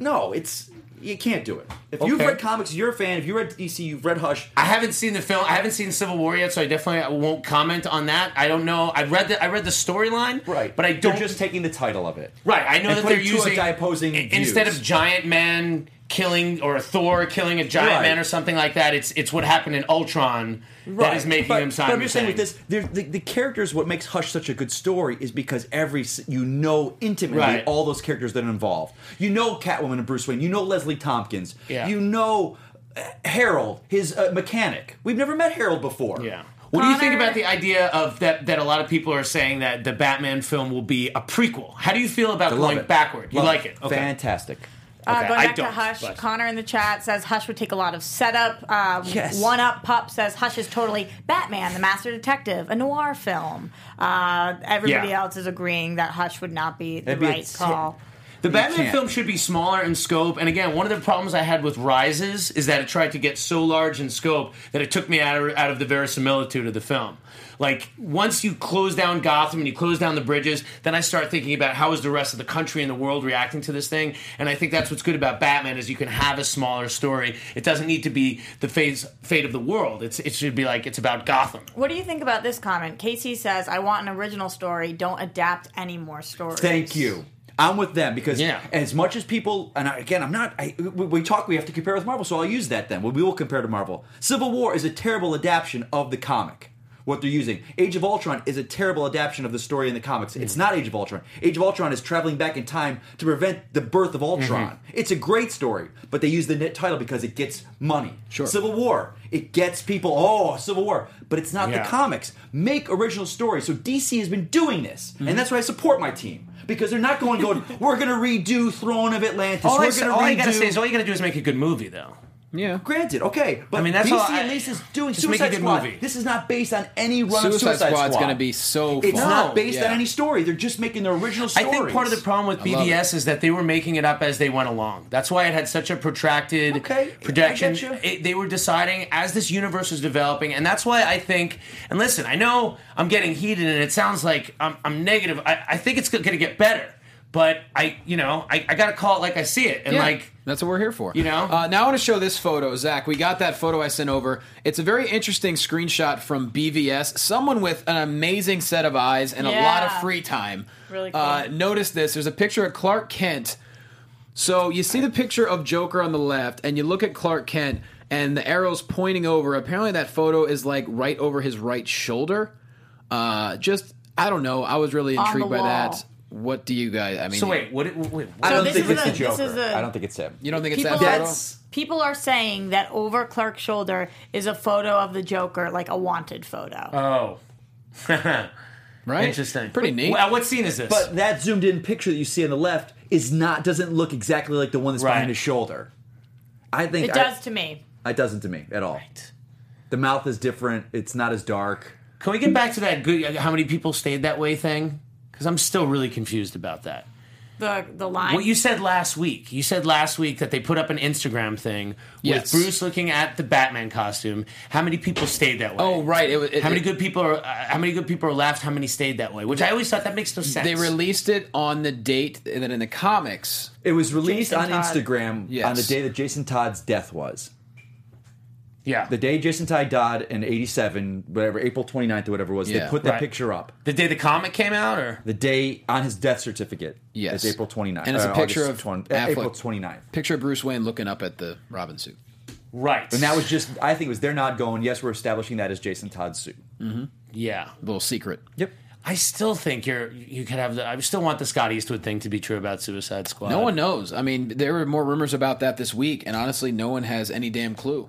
F: No, it's you can't do it. If you've
E: Okay.
F: read comics, you're a fan. If you read DC, you've read Hush.
E: I haven't seen the film. I haven't seen Civil War yet, so I definitely won't comment on that. I don't know. I read the I read the storyline, But I don't
F: They're just taking the title of it.
E: right. I know
F: and
E: that
F: putting
E: they're
F: two
E: using
F: opposing
E: in- instead
F: views.
E: of giant man killing or Thor killing a giant
F: Right.
E: man or something like that. It's it's what happened in Ultron that is making
F: but,
E: them sign.
F: But I'm
E: the
F: just saying with
E: thing.
F: this, there- the, the characters. What makes Hush such a good story is because every s- you know intimately
E: Right.
F: all those characters that are involved. You know Catwoman and Bruce Wayne. You know Leslie Tompkins.
E: Yeah.
F: You know uh, Harold, his uh, mechanic. We've never met Harold before.
E: Yeah. What do you think
D: Connor-
E: about the idea of that? That a lot of people are saying that the Batman film will be a prequel. How do you feel about
F: love
E: going
F: it.
E: backward? You
F: Love
E: like it? Okay.
F: Fantastic.
D: Uh,
E: Okay,
D: going
E: I
D: back to
E: don't,
D: Hush,
E: but-
D: Connor in the chat says Hush would take a lot of setup. Uh,
F: Yes.
D: One Up Pup says Hush is totally Batman, the Master Detective, a noir film. Uh, everybody
E: Yeah.
D: else is agreeing that Hush would not be the
F: That'd be a
D: right
F: t-
D: call.
E: The Batman
F: can't.
E: film should be smaller in scope. And again, one of the problems I had with Rises is that it tried to get so large in scope that it took me out of, out of the verisimilitude of the film. Like, once you close down Gotham and you close down the bridges, then I start thinking about how is the rest of the country and the world reacting to this thing. And I think that's what's good about Batman is you can have a smaller story. It doesn't need to be the phase, fate of the world. It's, it should be like, it's about Gotham.
D: What do you think about this comment? Casey says, I want an original story. Don't adapt any more stories.
F: Thank you. I'm with them because
E: Yeah.
F: as much as people, and I, again, I'm not. I, we, we talk. We have to compare with Marvel, so I'll use that then. We will compare to Marvel. Civil War is a terrible adaptation of the comic. What they're using, Age of Ultron, is a terrible adaptation of the story in the comics. It's not Age of Ultron. Age of Ultron is traveling back in time to prevent the birth of Ultron. It's a great story, but they use the net title because it gets money. Sure. Civil War, it gets people. Oh, Civil War, but it's not
E: Yeah.
F: the comic comics. Make original stories. So DC has been doing this, and that's why I support my team because they're not going going. We're going to redo Throne of Atlantis.
E: All,
F: we're
E: I,
F: going to redo.
E: gotta say is all you gotta do is make a good movie, though.
B: Yeah.
F: Granted, okay, but
E: I mean, that's
F: DC
E: all I-
F: at least is doing
E: Just make a
F: Suicide
E: good
F: Squad.
E: movie.
F: This is not based on any run of
B: Suicide
F: Suicide
B: Squad's
F: Squad.
B: gonna be so
F: It's
E: fun.
F: not
E: No,
F: based
B: yeah.
F: on any story. They're just making their original
E: I
F: stories.
E: think part of the problem with
B: I love
E: BBS is that they were making it up as they went along. That's why it had such a protracted
F: Okay, I
E: projection.
F: get you.
E: It- they were deciding as this universe was developing, and that's why I think. And listen, I know I'm getting heated, and it sounds like I'm, I'm negative. I, I think it's going to get better, but I, you know, I, I got to call it like I see it, and
B: Yeah,
E: like.
B: that's what we're here for.
E: You know?
B: Uh, now I want to show this photo, Zach. We got that photo I sent over. It's a very interesting screenshot from BVS. Someone with an amazing set of eyes and a lot of
D: Yeah.
B: free time.
D: Really cool.
B: Uh, notice this. There's a picture of Clark Kent. So you see the picture of Joker on the left, and you look at Clark Kent, and the arrow's pointing over. Apparently, that photo is like right over his right shoulder. Uh, just I don't know. I was really
D: the
B: intrigued by
D: wall.
B: that. What do you guys? I mean,
E: So wait, what? Wait, what
F: I don't
D: this
F: think
D: is
F: it's
D: a-
F: the
D: this is
F: Joker.
D: a-
F: I don't think it's him.
B: you don't think it's
D: People
B: that
D: are,
B: photo?
F: That's-
D: people are saying that over Clark's shoulder is a photo of the Joker, like a wanted photo.
E: oh,
B: right?
E: interesting.
B: Pretty neat.
E: Well, what scene is this?
F: But that zoomed in picture that you see on the left is not doesn't look exactly like the one that's
E: Right.
F: behind his shoulder. I think
D: it
F: I-
D: does to me.
F: It doesn't to me at all. The mouth is different. It's not as dark.
E: Can we get back to that good? How many people stayed that way thing? Because I'm still really confused about that.
D: The the line.
E: What you said last week. You said last week that they put up an Instagram thing
B: Yes.
E: with Bruce looking at the Batman costume. How many people stayed that way?
B: Oh, right. It, was- it,
E: How many
B: it-
E: good people are? Uh, how many good people are left? How many stayed that way? Which I always thought that makes no sense.
B: They released it on the date, and then in the comics,
F: It was released
D: Jason
F: on
D: Todd.
F: Instagram on the
B: Yes.
F: day that Jason Todd's death was.
E: yeah.
F: The day Jason Todd died in 87, whatever, April 29th or whatever it was,
B: Yeah.
F: they put that
E: Right.
F: picture up.
E: The day the comic came out, or
F: The day on his death certificate.
B: Yes.
F: It's April 29th.
B: And it's a
F: uh,
B: picture
F: August
B: of
F: 20
B: Affleck.
F: April 29th.
B: picture of Bruce Wayne looking up at the Robin suit.
E: right?
F: And that was just, I think it was, they're not going, yes, we're establishing that as Jason Todd's suit.
E: yeah.
B: Little secret.
F: Yep.
E: I still think you're. You could have the. I still want the Scott Eastwood thing to be true about Suicide
F: Uh,
E: Squad.
B: No one knows. I mean, there were more rumors about that this week, and honestly, no one has any damn clue.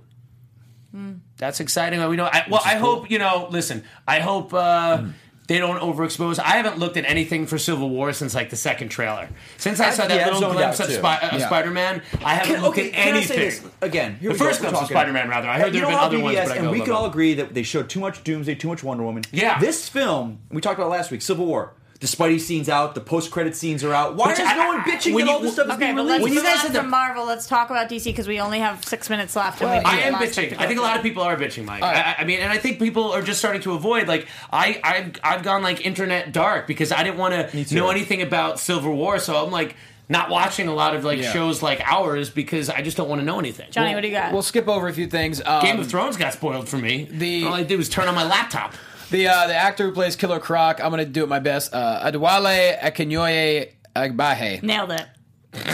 E: That's exciting. We know. I, well, I hope you know. Listen, I hope uh,
F: Hmm.
E: they don't overexpose. I haven't looked at anything for Civil War since like the second trailer. Since I,
F: I-
E: saw that
F: yeah, I
E: little
F: zoned
E: glimpse
F: out,
E: of,
F: too.
E: Spi- of
B: Yeah.
E: Spider-Man, I haven't
F: Can-
E: looked
F: okay,
E: at
F: can I say
E: anything.
F: this? Again, here
E: the
F: we go,
E: first
F: we're
E: glimpse of
F: talking-
E: Spider-Man, rather. I heard there
F: You
E: have
F: know
E: been
F: how
E: other ones,
F: BBS
E: but I
F: and
E: go
F: we
E: look
F: could all
E: up.
F: agree that they showed too much Doomsday, too much Wonder Woman.
E: Yeah.
F: This film we talked about last week, Civil War. The Spidey scenes out, the post-credit scenes are out. Why
E: Which
F: is
E: I-
F: no one bitching
E: when
F: that
E: you-
F: all this stuff is
D: Okay,
F: being
D: but
F: released?
D: let's
E: When you
D: move
E: guys
D: on
E: had the-
D: from Marvel. Let's talk about DC because we only have six minutes left. and
E: I
D: we
E: am
D: have a lot of stuff to
E: bitching.
D: go
E: I think a
D: through.
E: lot of people are bitching, Mike.
B: right.
E: I, I mean, and I think people are just starting to avoid. Like, I, I've, I've gone like internet dark because I didn't want to
F: too.
E: know anything about Civil War, so I'm like not watching a lot of like
B: Yeah.
E: shows like ours because I just don't want to know anything.
D: Johnny, what do you got?
B: We'll skip over a few things. Um,
E: Uh, Game of Thrones got spoiled for me.
B: the-
E: all I did was turn on my laptop.
B: The uh, the actor who plays Killer Croc. I'm gonna do it my best. Uh, Adwale Akinyoye Agbaje.
D: Nailed it.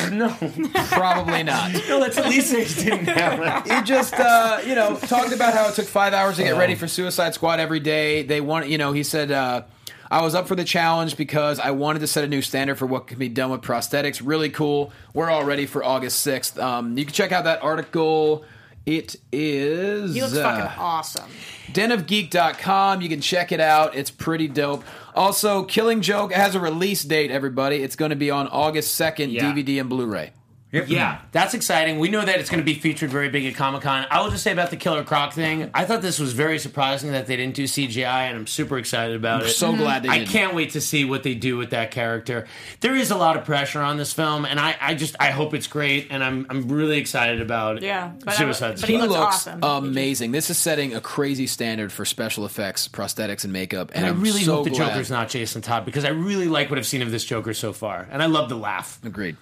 E: No,
B: Probably not.
E: no, that's at least it didn't happen.
B: he just uh, you know talked about how it took five hours to get ready for Suicide Squad every day. They want you know he said uh, I was up for the challenge because I wanted to set a new standard for what can be done with prosthetics. Really cool. We're all ready for August sixth. Um, you can check out that article It is.
D: He looks
B: uh,
D: fucking awesome.
B: denofgeek.com. You can check it out. It's pretty dope. Also, Killing Joke has a release date, everybody. It's going to be on August 2nd,
E: Yeah.
B: DVD and Blu ray.
E: Yeah, that's exciting. We know that it's going to be featured very big at Comic Con. I will just say about the Killer Croc thing. I thought this was very surprising that they didn't do CGI, and I'm super excited about it.
B: So glad they
E: I
B: didn't.
E: can't wait to see what they do with that character. There is a lot of pressure on this film, and I, I just I hope it's great, and I'm I'm really excited about
D: Yeah, but I-
E: Suicide
D: but
E: Squad.
B: He
D: looks
B: looks
D: awesome.
B: amazing. This is setting a crazy standard for special effects, prosthetics, and makeup. And,
E: I
B: I'm
E: really
B: so
E: hope the
B: glad.
E: Joker's not Jason Todd because I really like what I've seen of this Joker so far, and I love the laugh.
B: Agreed.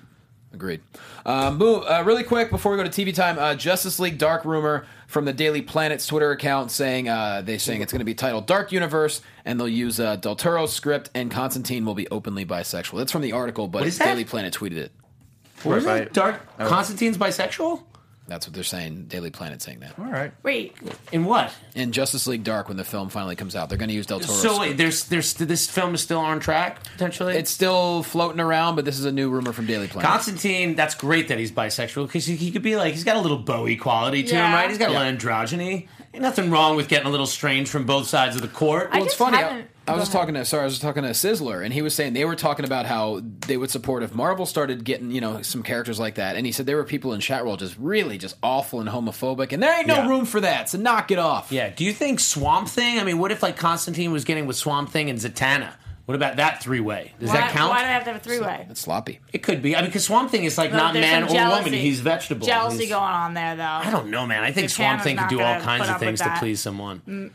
B: Agreed. Um, boom. Uh, really quick before we go to TV time, uh, Justice League Dark rumor from the Daily Planet's Twitter account saying uh, they saying it's going to be titled Dark Universe, and they'll use uh, Del Toro's script, and Constantine will be openly bisexual. That's from the article, but
E: is that?
B: Daily Planet tweeted it.
E: What is
F: Right.
E: it? Dark Constantine's bisexual.
B: That's what they're saying. Daily Planet saying that.
F: All right.
D: Wait,
E: In what?
B: And Justice League Dark, when the film finally comes out, they're going to use Del Toro's.
E: So
B: script.
E: wait, there's there's this film is still on track potentially.
B: it's still floating around, but this is a new rumor from Daily Planet.
E: Constantine. That's great that he's bisexual because he, he could be like he's got a little Bowie quality to him,
D: Yeah.
E: right? He's got a
B: Yeah.
E: little androgyny. Ain't nothing wrong with getting a little strange from both sides of the court.
D: I
B: Well, it's
D: just
B: funny. I,
D: haven't-
B: I was
D: go
B: just
D: ahead.
B: talking to sorry, I was just talking to Sizzler, and he was saying they were talking about how they would support if Marvel started getting you know some characters like that, and he said there were people in Chatroll just really just awful and homophobic, and there ain't no
E: Yeah.
B: room for that. So knock it off.
E: yeah. Do you think Swamp Thing? I mean, what if like Constantine was getting with Swamp Thing and Zatanna? What about that three way? Does
D: why,
E: that count?
D: why do I have to have a three way?
B: It's sloppy.
E: it could be. I mean, because Swamp Thing is like not
D: there's
E: man
D: some
E: or
D: jealousy-
E: woman. He's vegetable.
D: Jealousy
E: He's-
D: going on there, though.
E: I don't know, man. I think
D: Zatanna's
E: Swamp Thing could
D: not
E: do all
D: gonna
E: kinds
D: put
E: of
D: up with
E: things to
D: that.
E: please someone.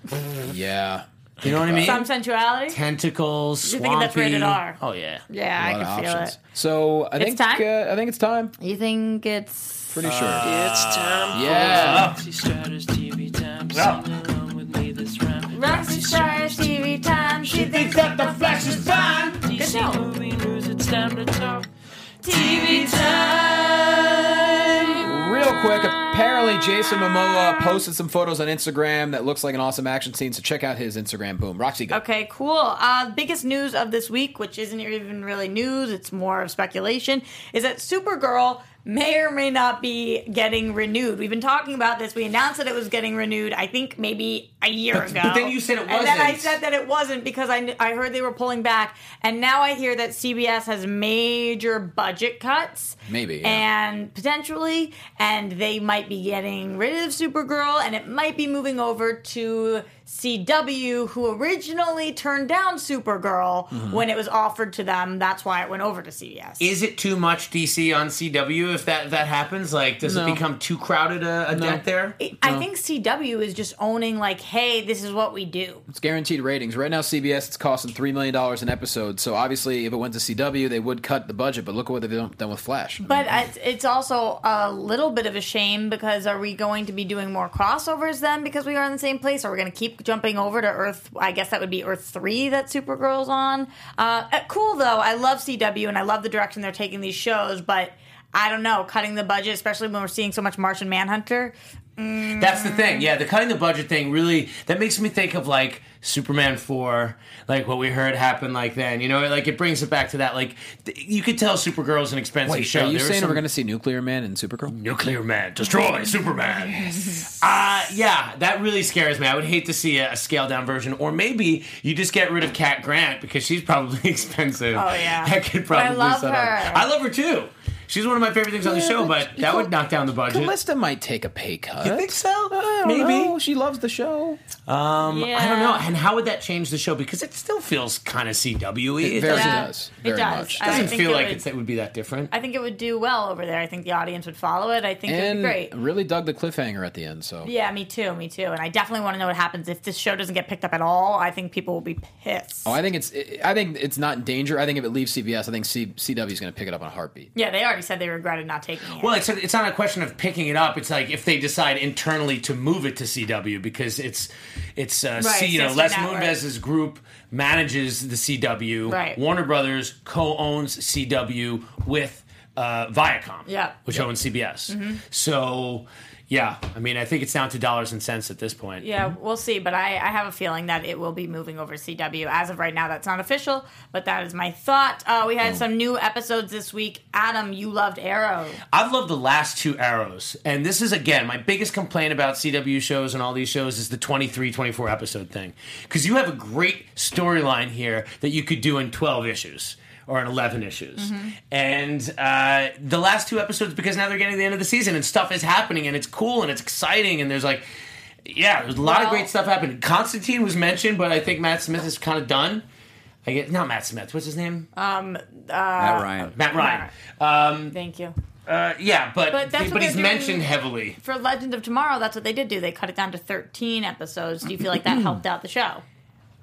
B: Yeah.
E: You know what I mean?
D: Some sensuality.
E: Tentacles,
D: You're
E: swampy.
D: thinking that's rated R.
E: Oh yeah.
D: yeah,
B: A
D: I
B: lot of
D: can feel
B: options.
D: it.
B: So I think
D: time?
B: Uh, I think it's time.
D: You think it's
B: Pretty sure.
G: Uh, It's time
B: yeah.
G: for Roxy Stratus TV time.
E: Yeah.
G: Sing along with me this rhyme.
D: Roxy Stars TV time? She thinks
E: that the flash is fine.
D: Good
G: DC
D: show.
G: movie news, it's time to talk.
D: TV time.
B: Real quick, apparently Jason Momoa posted some photos on Instagram that looks like an awesome action scene. So check out his Instagram. Boom, Roxy. Go.
D: Okay, cool. Uh, biggest news of this week, which isn't even really news, it's more of speculation, is that Supergirl may or may not be getting renewed. We've been talking about this. We announced that it was getting renewed, I think maybe a year ago.
E: but then you said it
D: And then I
E: wasn't.
D: said that it wasn't because I, kn- I heard they were pulling back. And now I hear that CBS has major budget cuts.
B: Maybe, yeah.
D: And potentially, and they might be getting rid of Supergirl and it might be moving over to CW, who originally turned down Supergirl when it was offered to them. That's why it went over to CBS.
E: Is it too much DC on CW if that that happens? Like, does it become too crowded a, a deck there?
D: I think CW is just owning, like, hey, this is what we do.
B: It's guaranteed ratings. Right now, CBS it's costing three million dollars an episode. So obviously, if it went to CW, they would cut the budget. But look at what they've done done with Flash.
D: But it's, it's also a little bit of a shame because are we going to be doing more crossovers then because we are in the same place? Are we going to keep jumping over to Earth? I guess that would be Earth 3 that Supergirl's on. Uh, uh, cool though. I love CW and I love the direction they're taking these shows, but I don't know, cutting the budget, especially when we're seeing so much Martian Manhunter. Mm.
E: That's the thing. Yeah, the cutting the budget thing really that makes me think of like Superman four, like what we heard happen like then. You know, like it brings it back to that. Like th- you could tell Supergirl's an expensive show.
B: are you
E: There was
B: saying
E: some-
B: we're going to see Nuclear Man and Supergirl?
E: Nuclear Man destroy Superman. Uh, yeah, that really scares me. I would hate to see a, a scaled down version, or maybe you just get rid of Cat Grant because she's probably expensive.
D: Oh, yeah.
E: that could
D: But I
E: probably.
D: love
E: settle.
D: her.
E: I love her too. She's one of my favorite things on the
B: Yeah,
E: show,
B: but
E: but
B: you
E: that would
B: could-
E: knock down the budget.
B: Callista might take a pay cut.
E: You think so?
B: I don't
E: Maybe.
B: know. she loves the show.
E: Um, I don't know. And how would that change the show? Because it still feels kind of CW. E. It,
B: It very
E: doesn't,
D: Yeah.
B: does.
D: It
B: Very
D: does.
B: much.
D: I
E: doesn't
D: think
E: feel
D: it
E: like
D: would-
E: it's, it would be that different.
D: I think it would do well over there. I think the audience would follow it. I think it would be
B: and
D: great.
B: really dug the cliffhanger at the end. So
D: Yeah, me too, me too. And I definitely want to know what happens. If this show doesn't get picked up at all, I think people will be pissed.
B: Oh, I think it's I think it's not in danger. I think if it leaves CBS, I think C- CW is going to pick it up on a heartbeat.
D: Yeah, they already said they regretted not taking it.
E: Well, it's, it's not a question of picking it up. It's like if they decide internally to move it to CW because it's it's uh, C, you know
D: sister
E: Les
D: network.
E: Moonves's group manages the CW.
D: Right.
E: Warner Brothers co-owns CW with uh, Viacom.
D: Yeah. Mm-hmm.
E: which owns CBS. So. Yeah, I mean, I think it's down to dollars and cents at this point.
D: Yeah, we'll see, but I, I have a feeling that it will be moving over to CW. As of right now, that's not official, but that is my thought. Uh, we
B: Oh.
D: had some new episodes this week. Adam, you loved Arrow.
E: I've loved the last two arrows. And this is, again, my biggest complaint about CW shows and all these shows is the 23, 24 episode thing. Because you have a great storyline here that you could do in 12 issues or in 11 issues.
D: Mm-hmm.
E: And uh, the last two episodes, because now they're getting to the end of the season and stuff is happening and it's cool and it's exciting and there's like, yeah, there's a lot of
D: Well-
E: great stuff happening. Constantine was mentioned, but I think Matt Smith is kind of done. I get not Matt Smith. What's his name?
D: Uh,
F: Matt Ryan.
E: Matt Ryan.
D: Thank you.
E: Uh, yeah, but
D: But
E: but,
D: that's what
E: he's
D: they're doing-
E: mentioned heavily.
D: For Legend of Tomorrow, that's what they did do. They cut it down to 13 episodes. Do you feel like that helped out the show?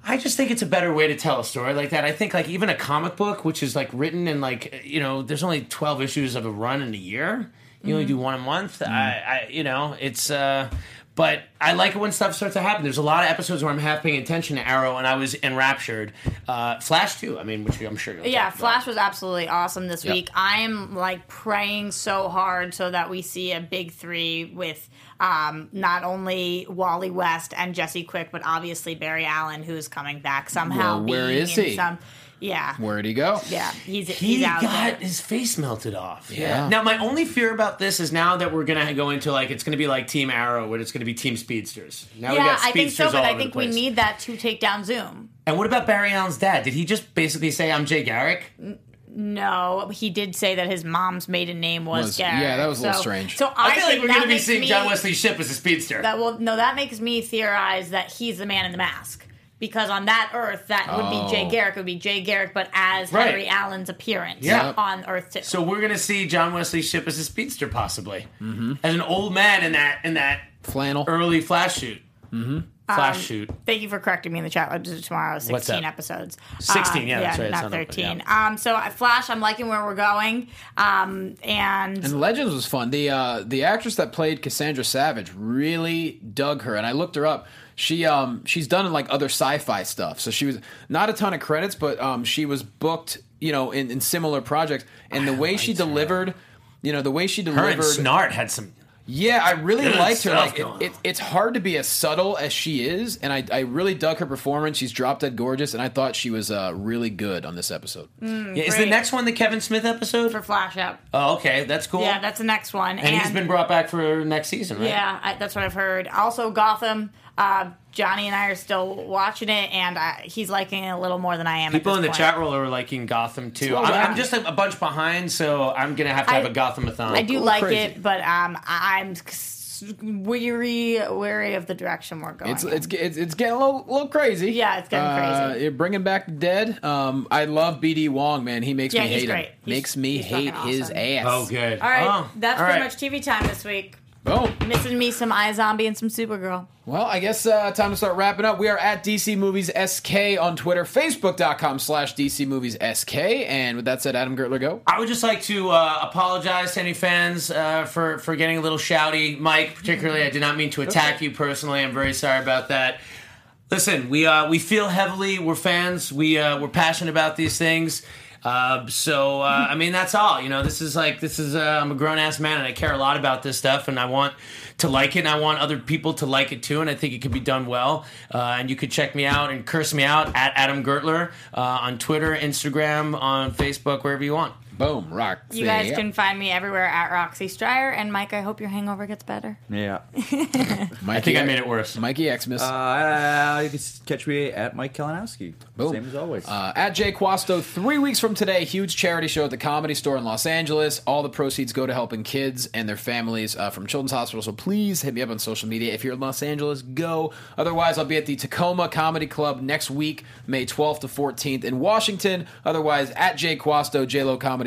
E: I just think it's a better way to tell a story like that. I think like even a comic book, which is like written in like you know, there's only twelve issues of a run in a year. You only
D: Mm-hmm.
E: do one a month. I, I, you know, it's. uh But I like it when stuff starts to happen. There's a lot of episodes where I'm half paying attention to Arrow, and I was enraptured. Uh, Flash too. I mean, which I'm sure. You'll
D: Yeah,
E: talk about.
D: Flash was absolutely awesome this
E: Yep.
D: week. I'm like praying so hard so that we see a big three with um, not only Wally West and Jesse Quick, but obviously Barry Allen, who is coming back somehow.
B: Well, where
D: being
B: is
D: in
B: he?
D: Some, yeah,
B: Where'd he go?
D: yeah, he's
E: He
D: he's out
E: got
D: there.
E: his face melted off.
B: Yeah.
E: Now my only fear about this is now that we're gonna go into like it's gonna be like Team Arrow, where it's gonna be Team Speedsters. Now we
D: Yeah,
E: got
D: I think so,
E: Speedsters all
D: but I
E: over the
D: think we
E: place.
D: need that to take down Zoom.
E: And what about Barry Allen's dad? Did he just basically say, "I'm Jay Garrick"?
D: No, he did say that his mom's maiden name was,
B: Was-
D: Garrett.
B: yeah, that was a little
D: So-
B: strange.
D: So I,
E: I, feel like
D: think
E: we're
D: that
E: gonna be
D: makes
E: seeing
D: me-
E: John Wesley's ship as a speedster.
D: That well, no, that makes me theorize that he's the man in the mask because on that Earth, that would be Jay
B: Oh.
D: Garrick. It would be Jay Garrick, but as
E: Right.
D: Henry Allen's appearance
E: Yeah.
D: on Earth too.
E: so we're gonna see John Wesley's ship as a speedster, possibly as an old man in that in that
B: Flannel.
E: early flash shoot. Mm-hmm. Flash shoot.
D: Thank you for correcting me in the chat. Let's do tomorrow.
E: What's
D: Sixteen
E: that?
D: episodes.
E: 16,
D: Uh,
E: yeah, that's right, it's
D: not
E: not open,
D: thirteen. Um, so uh, Flash, I'm liking where we're going. Um, and,
B: And Legends was fun. The uh, the actress that played Cassandra Savage really dug her, and I looked her up. She um she's done like other sci-fi stuff, so she was not a ton of credits, but um she was booked, you know, in, in similar projects. And the way she delivered, you know, the way she
E: Her and
B: delivered,
E: Snart had some.
B: yeah, I really
E: Good
B: liked her.
E: stuff
B: Like, it,
E: going
B: it,
E: on.
B: it's hard to be as subtle as she is, and I I really dug her performance. She's drop dead gorgeous, and I thought she was uh really good on this episode.
E: Yeah, is the
D: great.
E: next one the Kevin Smith episode?
D: for Flash up.
E: oh, okay, that's cool.
D: Yeah, that's the next one.
E: and he's been brought back for next season, right?
D: Yeah, I, that's what I've heard. Also, Gotham. Uh, Johnny and I are still watching it, and I, he's liking it a little more than I am. at
E: People
D: this
E: in the
D: point.
E: chat room are liking Gotham too. I'm, I'm just a, a bunch behind, so I'm gonna have to have
D: I-
E: a Gothamathon.
D: I do like
B: crazy.
D: it, but um, I- I'm s- weary, weary of the direction we're going.
B: It's it's it's, it's getting a little, little crazy.
D: Oh, Yeah, it's getting crazy.
B: You're bringing back the dead. Um, I love BD Wong, man. He makes
D: Yeah,
B: me
D: he's
B: hate
D: great.
B: him.
D: He's-
B: makes me
D: he's
B: hate
D: fucking
B: his
D: awesome.
B: ass.
E: Oh, good.
D: all right.
E: Oh,
D: that's
E: all
D: pretty
E: right.
D: much TV time this week.
B: Boom.
D: Missing me some iZombie and some Supergirl.
B: Well, I guess uh, time to start wrapping up. We are at DC Movies SK on Twitter, Facebook.com slash DC Movies SK. And with that said, Adam Gertler, go.
E: I would just like to uh, apologize to any fans uh, for for getting a little shouty, Mike. Particularly, I did not mean to attack you personally. I'm very sorry about that. Listen, we uh, we feel heavily. We're fans. We uh, we're passionate about these things. Uh, so uh, I mean, that's all. You know, this is like this is. Uh, I'm a grown ass man, and I care a lot about this stuff, and I want to like it, and I want other people to like it too, and I think it could be done well. Uh, and you could check me out and curse me out at Adam Gertler uh, on Twitter, Instagram, on Facebook, wherever you want.
B: Boom. Rock.
D: You guys can find me everywhere at Roxy Stryer. And Mike, I hope your hangover gets better.
F: Yeah.
B: Mikey,
E: I think I made it worse.
B: Mikey Xmas.
F: Uh, you can s- catch me at Mike Kalinowski.
B: Boom.
F: Same as always.
B: Uh, at Jay Quasto, three weeks from today, huge charity show at the Comedy Store in Los Angeles. All the proceeds go to helping kids and their families uh, from Children's Hospital. So please hit me up on social media. If you're in Los Angeles, go. Otherwise, I'll be at the Tacoma Comedy Club next week, May 12th to 14th in Washington. Otherwise, at Jay Quasto, jlocomedy.com.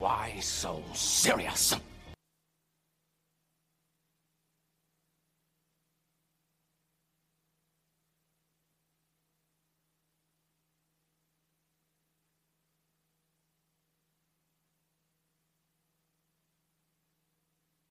H: Why so serious?